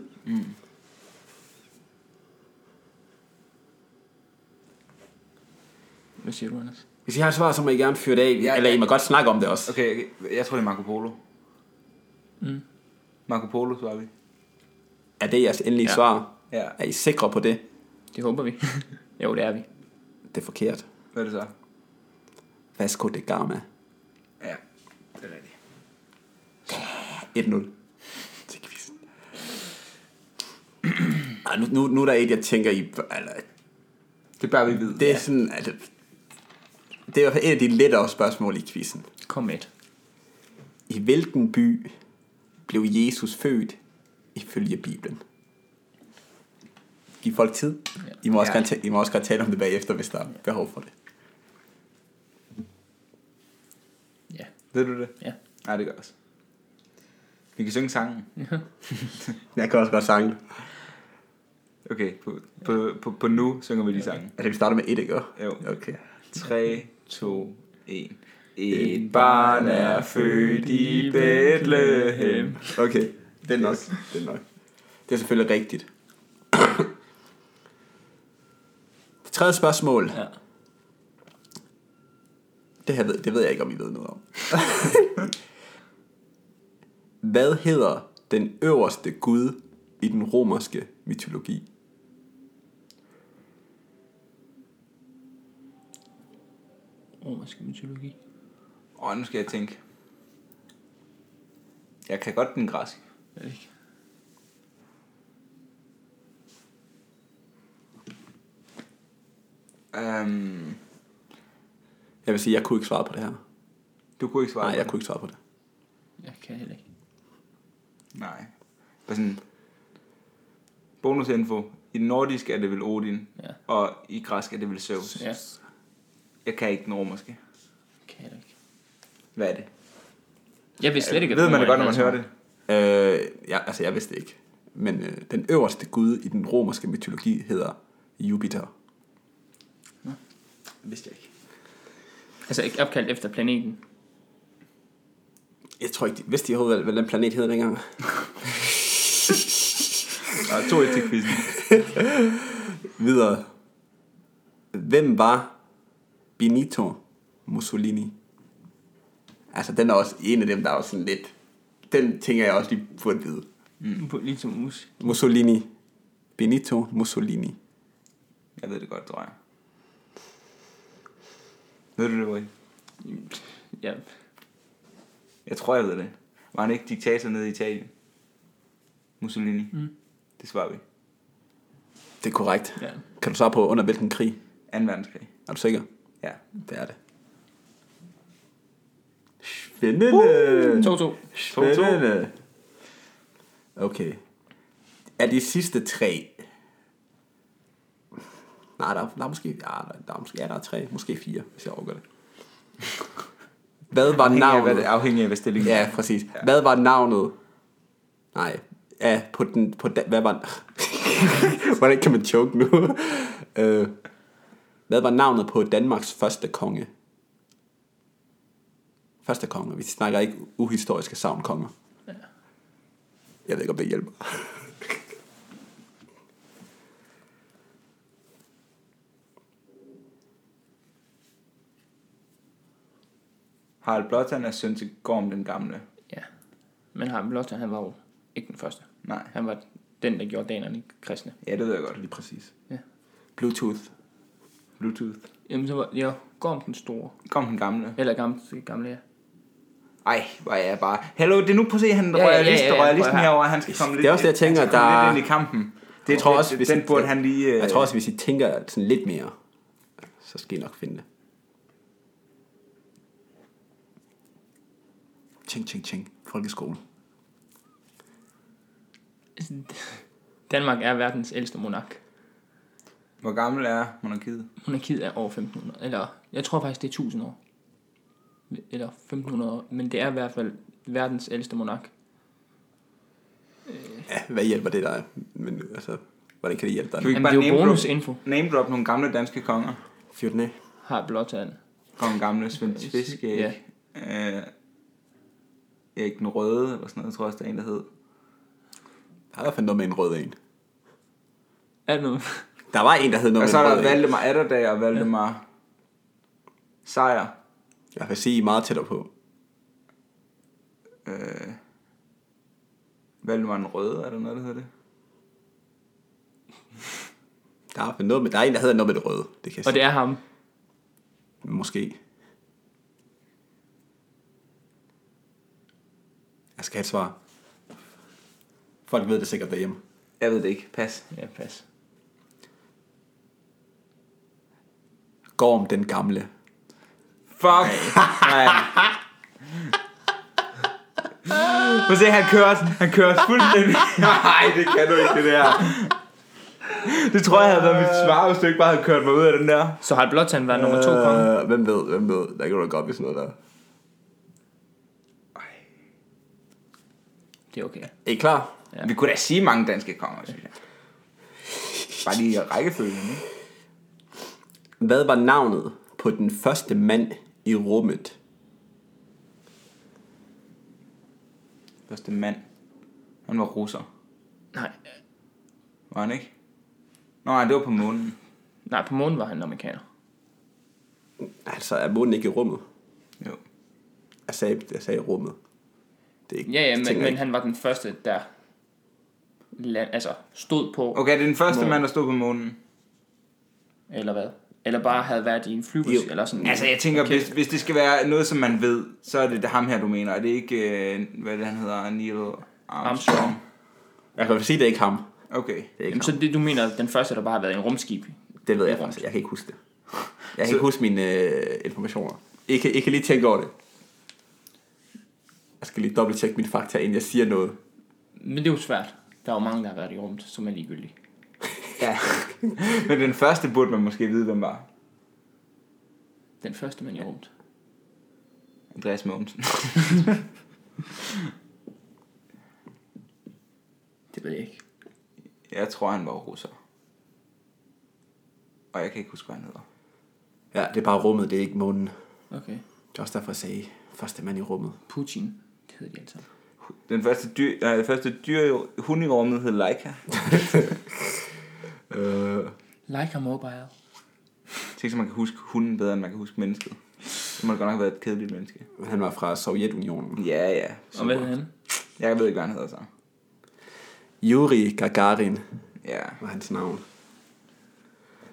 B: Hvad siger du, Anders?
A: Hvis I har et svar, så må I gerne fyre det af.
C: Ja,
A: Eller I
C: ja.
A: må godt snakke om det også.
C: Okay, okay, jeg tror, det er Marco Polo.
B: Mm.
C: Marco Polo, svarer vi.
A: Er det jeres endelige
B: Ja.
A: svar?
C: Ja.
A: Er I sikre på det?
B: Det håber vi. jo, det er vi.
A: Det er forkert.
C: Hvad er det så?
A: Vasco da Gama.
C: Ja, det er rigtigt.
A: 1-0 til quizzen. Ej, nu, nu, nu er der et, jeg tænker, I... bør- Eller,
C: Det bør vi vide.
A: Det er sådan, at det er i hvert fald et af de lettere spørgsmål i quizzen.
B: Kom med et.
A: I hvilken by blev Jesus født ifølge Bibelen? Giv folk tid. I må også,
C: Ja.
A: gerne, ta- I må også godt tale om det bagefter, hvis der er behov for det.
B: Ja.
C: Ved du det?
B: Ja.
C: Nej, det gør jeg også. Vi kan synge sangen.
A: Jeg kan også godt sange.
C: Okay, på, på, på, på nu synger vi lige sangen.
A: Altså, vi starter med et, ikke?
C: Jo.
A: Okay.
C: 3, 2, 1. Et barn er født i Bethlehem.
A: Okay, det er nok. Det er nok. Det er selvfølgelig rigtigt. Det tredje spørgsmål.
B: Ja.
A: Det, her ved, det ved jeg ikke, om I ved noget om. *laughs* Hvad hedder den øverste gud i den romerske mytologi?
B: romerske mytologi?
C: Og nu skal jeg tænke. Jeg kan godt den græsk.
B: Jeg ved ikke.
C: Um,
A: Jeg vil sige, jeg kunne ikke svare på det her.
C: du kunne ikke svare
A: Nej,
C: på
A: jeg
C: den.
A: kunne ikke svare på det.
B: Jeg kan heller ikke.
C: Nej. Bare sådan... Bonusinfo. I den nordiske er det vel Odin,
B: Ja,
C: og i græsk er det vel Zeus.
B: ja.
C: Jeg kan ikke den romerske.
B: Kan heller ikke.
C: Hvad er det?
B: Jeg vidste slet ikke,
C: Ved man det godt, når
B: romerriget
C: man
B: havde
C: hører
B: så
C: det?
A: Øh, ja, altså, jeg vidste det ikke. Men øh, den øverste gud i den romerske mytologi hedder Jupiter.
C: Vidste jeg ikke.
B: meget. Altså ikke opkaldt efter planeten.
A: Jeg tror ikke, de vidste de overhovedet, hvad den planet hed dengang.
C: Og to et til quizzen.
A: Videre. Hvem var Benito Mussolini? Altså, den er også en af dem, der er også sådan lidt... Den tænker jeg også lige burde vide.
B: Mm. På, ligesom mus.
A: Mussolini. Benito Mussolini.
C: Jeg ved det godt, tror jeg. Ved du det, Marie?
B: Ja.
C: Jeg tror, jeg ved det. Var han ikke diktator nede i Italien? Mussolini?
B: Mm.
C: Det svarer vi.
A: Det er korrekt.
B: ja.
A: Kan du svare på, under hvilken krig?
C: 2. verdenskrig.
A: Er du sikker?
C: Ja.
A: Det er det.
C: Øh,
A: Spændende.
B: 2-2.
A: Spændende. Okay. Er de sidste tre... Nej, der er, der er måske... Ja, der, der er måske... Ja, der er tre. Måske fire, hvis jeg overgår det. Hvad var
C: Afhængig af, hvad
A: navnet?
C: det, afhængig af, hvad stillingen
A: Ja, præcis. Hvad var navnet? Nej. Ja, på den... På da, hvad var... *laughs* Hvordan kan man choke nu? øh, hvad var navnet på Danmarks første konge? Første konge. Vi snakker ikke uhistoriske savnkonger. Jeg ved ikke, om det hjælper.
C: Harald Blåtand er søn til Gorm den gamle.
B: Ja. Men ham Lothar, han var jo ikke den første.
C: Nej.
B: Han var den, der gjorde danerne kristne.
C: Ja, det ved jeg godt.
A: Lige præcis.
B: Ja.
A: Bluetooth.
C: Bluetooth.
B: Jamen, så var ja, Gorm den store.
C: Gorm den gamle.
B: Eller gamle, gamle ja.
C: Ej, hvor er jeg bare... Hallo, det er nu på at se, han
B: Ja, ja,
C: rører listen,
B: ja, ja,
C: rører
B: prøv
C: listen
B: her.
C: herover. Han skal komme lidt,
A: Det er også det, jeg tænker,
C: han skal komme
A: der-
C: lidt ind i kampen. Det,
A: Jeg tror også, hvis
C: den
A: I-
C: burde han lige... øh,
A: Jeg tror også, hvis I tænker sådan lidt mere, så skal I nok finde det. Tjing, tjing, tjing. Folkeskolen.
B: Altså, *laughs* Danmark er verdens ældste monark.
C: Hvor gammel er monarkiet?
B: Monarkiet er over 1500. Eller, jeg tror faktisk, det er 1000 år. Eller 1500 år. Men det er i hvert fald verdens ældste monark.
A: Ja, hvad hjælper det dig? Men altså, hvordan kan det hjælpe
C: Kan vi
A: dig?
C: ikke
B: Jamen, det er
C: bare
B: jo
C: name drop,
B: bonusinfo.
C: name drop nogle gamle danske konger?
A: Fyr den af.
B: Har blåtand.
C: Kong Gamle, Svend Fiske,
B: Ja.
C: ja. øh, Erik den Røde, eller sådan noget, tror jeg også, der er en, der hed.
A: Der er i hvert fald noget med en rød en.
B: Er det
C: *laughs*
B: noget?
A: Der var en, der hed noget
C: Og så er
A: med en
C: der
A: rød en.
C: Valdemar Atterdag og Valdemar Sejr.
A: Jeg vil sige, I er meget tættere på.
C: Øh, Valdemar den Røde, er der noget, der hedder det?
A: Der er, i hvert fald noget med, der er en, der hedder noget med det røde. Det kan jeg
B: Og
A: sige.
B: det er ham.
A: Måske. Jeg skal have et svar. Folk ved det sikkert derhjemme.
C: Jeg ved det ikke. Pas.
B: Ja, pas.
A: Gorm den gamle.
C: Fuck! Nej. Prøv at se, han kører os, han kører os fuldstændig. Nej, det kan du ikke, det der. Det tror jeg havde været mit svar, hvis du ikke bare havde kørt mig ud af den der.
B: Så har blåtand været nummer to konge.
A: Øh, hvem ved, hvem ved. Der kan du godt blive sådan noget der.
B: Det er okay.
A: Er I klar?
C: Vi kunne da sige mange danske konger, synes jeg. Bare lige i rækkefølgen, ikke?
A: Hvad var navnet på den første mand i rummet?
C: Første mand. Han var russer.
B: Nej,
C: Var han ikke? Nå, nej, det var på månen.
B: nej på månen var han amerikaner.
A: Altså, er månen ikke i rummet?
C: Jo.
A: Jeg sagde, jeg sagde rummet. Det er ikke,
B: Ja, ja, men,
A: tænker jeg
B: men
A: ikke.
B: han var den første, der land, altså stod på,
C: Okay, det er den første
B: Månen.
C: mand, der stod på månen.
B: eller hvad? Eller bare havde været i en flybus,
A: Jo.
B: eller sådan
C: Altså, jeg tænker,
B: Mm. Okay.
C: okay. hvis, hvis det skal være noget, som man ved, så er det ham her, du mener. Og det er ikke, øh, hvad er det, han hedder, Neil Armstrong.
B: Armstrong.
A: Jeg kan jo sige, det er ikke ham.
C: Okay.
A: Det er ikke
B: Jamen,
A: ham.
B: så det, du mener, den første, der bare har været i en rumskib.
A: Det ved jeg faktisk. Jeg kan ikke huske det. Jeg kan ikke huske mine øh, informationer. I kan, I kan lige tænke over det. Jeg skal lige dobbelt tjekke mine fakta, inden jeg siger noget.
B: Men det er jo svært. Der er jo mange, der har været i rummet, som er ligegyldige.
C: Ja. *laughs* Men den første burde man måske vide, hvem var.
B: Den første mand i rummet.
C: Andreas Mogensen. *laughs*
B: Det ved jeg ikke.
C: Jeg tror, han var russer. Og jeg kan ikke huske, hvad han hedder.
A: Ja, det er bare rummet, det er ikke månen.
B: Okay.
A: Det er også derfor, jeg sagde første mand i rummet.
B: Putin. Det hedder de altså.
C: Den første dyr, nej, den første dyr hund i rummet hed Leica.
A: Øh,
B: Leica Mobile.
C: Tænk, så man kan huske hunden bedre, end man kan huske mennesket. Det må da godt nok have været et kedeligt menneske.
A: han var fra Sovjetunionen.
C: Ja, ja.
B: Og hvad hedder han?
C: Jeg ved ikke, hvad han hedder så.
A: Yuri Gagarin
C: Ja.
A: var hans navn.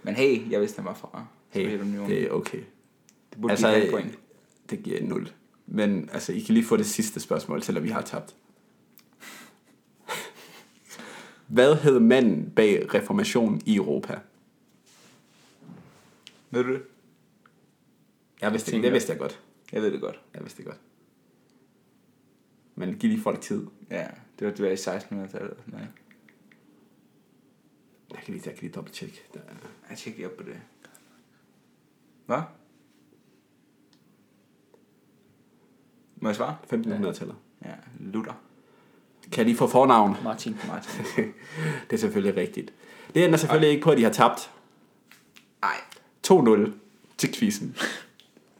C: Men hey, jeg vidste, han var fra
A: Hey,
C: Sovjetunionen.
A: det er okay.
C: Det burde altså, give et point.
A: det giver 0. Men altså, I kan lige få det sidste spørgsmål, selvom vi har tabt. Hvad hed manden bag reformationen i Europa?
C: Ved du det?
A: Jeg vidste, det,
B: tænker-
A: det vidste jeg godt.
C: Jeg ved det godt.
A: Jeg vidste det godt. Men giv lige folk tid.
C: Ja, det var, det var i 1600-tallet. Nej,
A: Jeg kan lige, jeg kan lige dobbelt tjekke. Der er-
C: jeg tjekker lige op på det. Hvad? Må jeg svare?
A: 1500-tallet.
C: Ja, Luther.
A: Kan jeg lige få fornavn?
B: Martin.
C: Martin.
A: Det er selvfølgelig rigtigt. Det ender selvfølgelig ikke på, at de har tabt
C: Ej.
A: 2-0 til quizzen.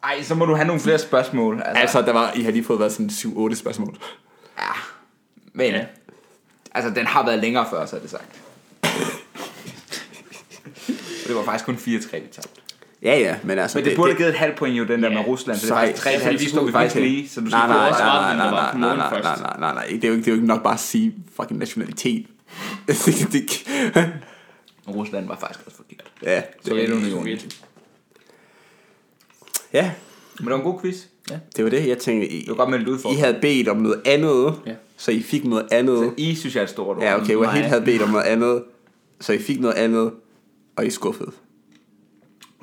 C: Ej, så må du have nogle flere spørgsmål. Altså,
A: Altså, der var, I har lige fået været sådan 7-8 spørgsmål.
C: ja. Men,
B: Ja.
C: ja. altså, den har været længere før, så er det sagt. Og det var faktisk kun 4-3, vi tabte.
A: Ja, ja, men altså...
C: Men det, burde have givet et halvt point jo, den der
B: Ja.
C: med Rusland. Så det er
A: Sejt.
C: faktisk 3,5,
B: Ja, fordi vi
C: så
B: stod
C: stod vi
B: i
C: faktisk
B: vindtag.
C: lige, så du
A: Nej,
C: skal
A: nej, nej,
C: få
B: også
A: nej,
B: retten,
A: nej,
B: der var
A: nej,
B: på
A: nej,
B: månen
A: nej, nej,
B: først.
A: nej, nej, nej, det er jo ikke, det er jo ikke nok bare at sige fucking nationalitet. Det- det-
C: Rusland var faktisk også forkert.
A: ja, det,
C: Sovjetunionen.
A: ja,
C: Men det var en god quiz.
A: det var det, jeg tænkte. I,
C: Det var godt meldt ud for.
A: I havde bedt om noget andet,
B: Ja.
A: så I fik noget andet.
C: I synes, jeg er et stort ord.
A: Ja, okay, Wahid
B: nej.
A: havde bedt om noget andet, så I fik noget andet, og I skuffede.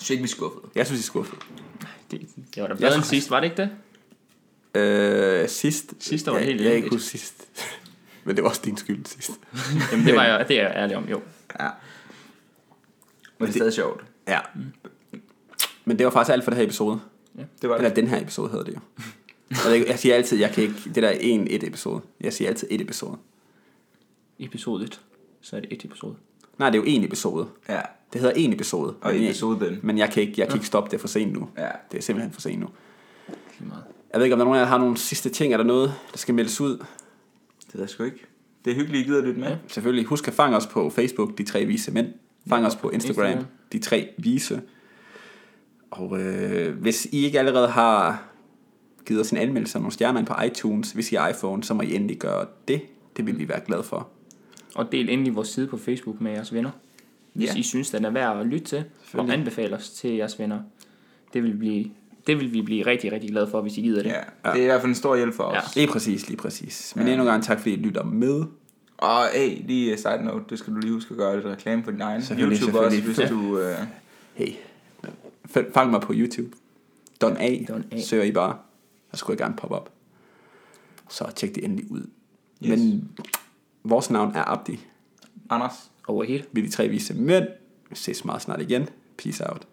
C: Så ikke vi skuffet.
A: Jeg synes, I skuffede.
B: *laughs* Det, det var da bedre end sidst, var det ikke det?
A: Øh, sidst...
B: Sidst, der var
A: jeg,
B: helt
A: Jeg kan ikke
B: elendigt.
A: huske sidst. Men det var også din skyld sidst.
B: Jamen, det, var jeg, det er jeg ærlig om, jo.
C: Ja. Men det er stadig sjovt.
A: Ja. Men det var faktisk alt for det her episode.
C: Det var
A: Eller den her episode hedder det jo. Jeg, ved ikke, jeg siger altid, jeg kan ikke... Det der er en et episode. Jeg siger altid et episode.
B: Episode 1. Så er det et episode.
A: Nej, det er jo en episode.
C: Ja.
A: Det hedder en episode.
C: Og
A: Men jeg-
C: episoden.
A: Men jeg kan ikke, jeg kan ikke stoppe det er for sent nu.
C: Ja.
A: Det er simpelthen for sent nu.
B: Lige meget.
A: Jeg ved ikke, om der er nogen af jer, der har nogle sidste ting. Er der noget, der skal meldes ud?
C: Det ved jeg sgu ikke. Det er hyggeligt, I gider lytte med.
A: Selvfølgelig. Husk at fange os på Facebook, de tre vise mænd. Fang os på Instagram,
B: Instagram.
A: de tre vise. Og øh, hvis I ikke allerede har givet os en anmeldelse og nogle stjerner ind på iTunes, hvis I har iPhone, så må I endelig gøre det. Det vil vi være glade for.
B: Og del endelig vores side på Facebook med jeres venner. Hvis
C: Ja.
B: I synes, den er værd at lytte til, og anbefale os til jeres venner. Det vil, blive, det vil vi blive rigtig, rigtig glade for, hvis I gider det.
C: Ja. Det er i hvert fald en stor hjælp for os.
B: Ja.
A: Lige præcis, lige præcis. Men endnu en gang tak, fordi I lytter med.
C: Og hey, lige øh, side note, det skal du lige huske at gøre lidt reklame for din egen
A: Selvfølgelig,
C: YouTube også, hvis
A: selvfølgelig.
C: du... Øh,
A: Hey, f- fang mig på YouTube. Don A.
B: Don A.
A: Søger I bare. Jeg skulle gerne poppe op. Så tjek det endelig ud. Yes.
C: Yes.
A: Men vores navn er Abdi.
C: Anders,
B: Over hele.
A: Vi er de tre vise mænd. Vi ses meget snart igen. Peace out.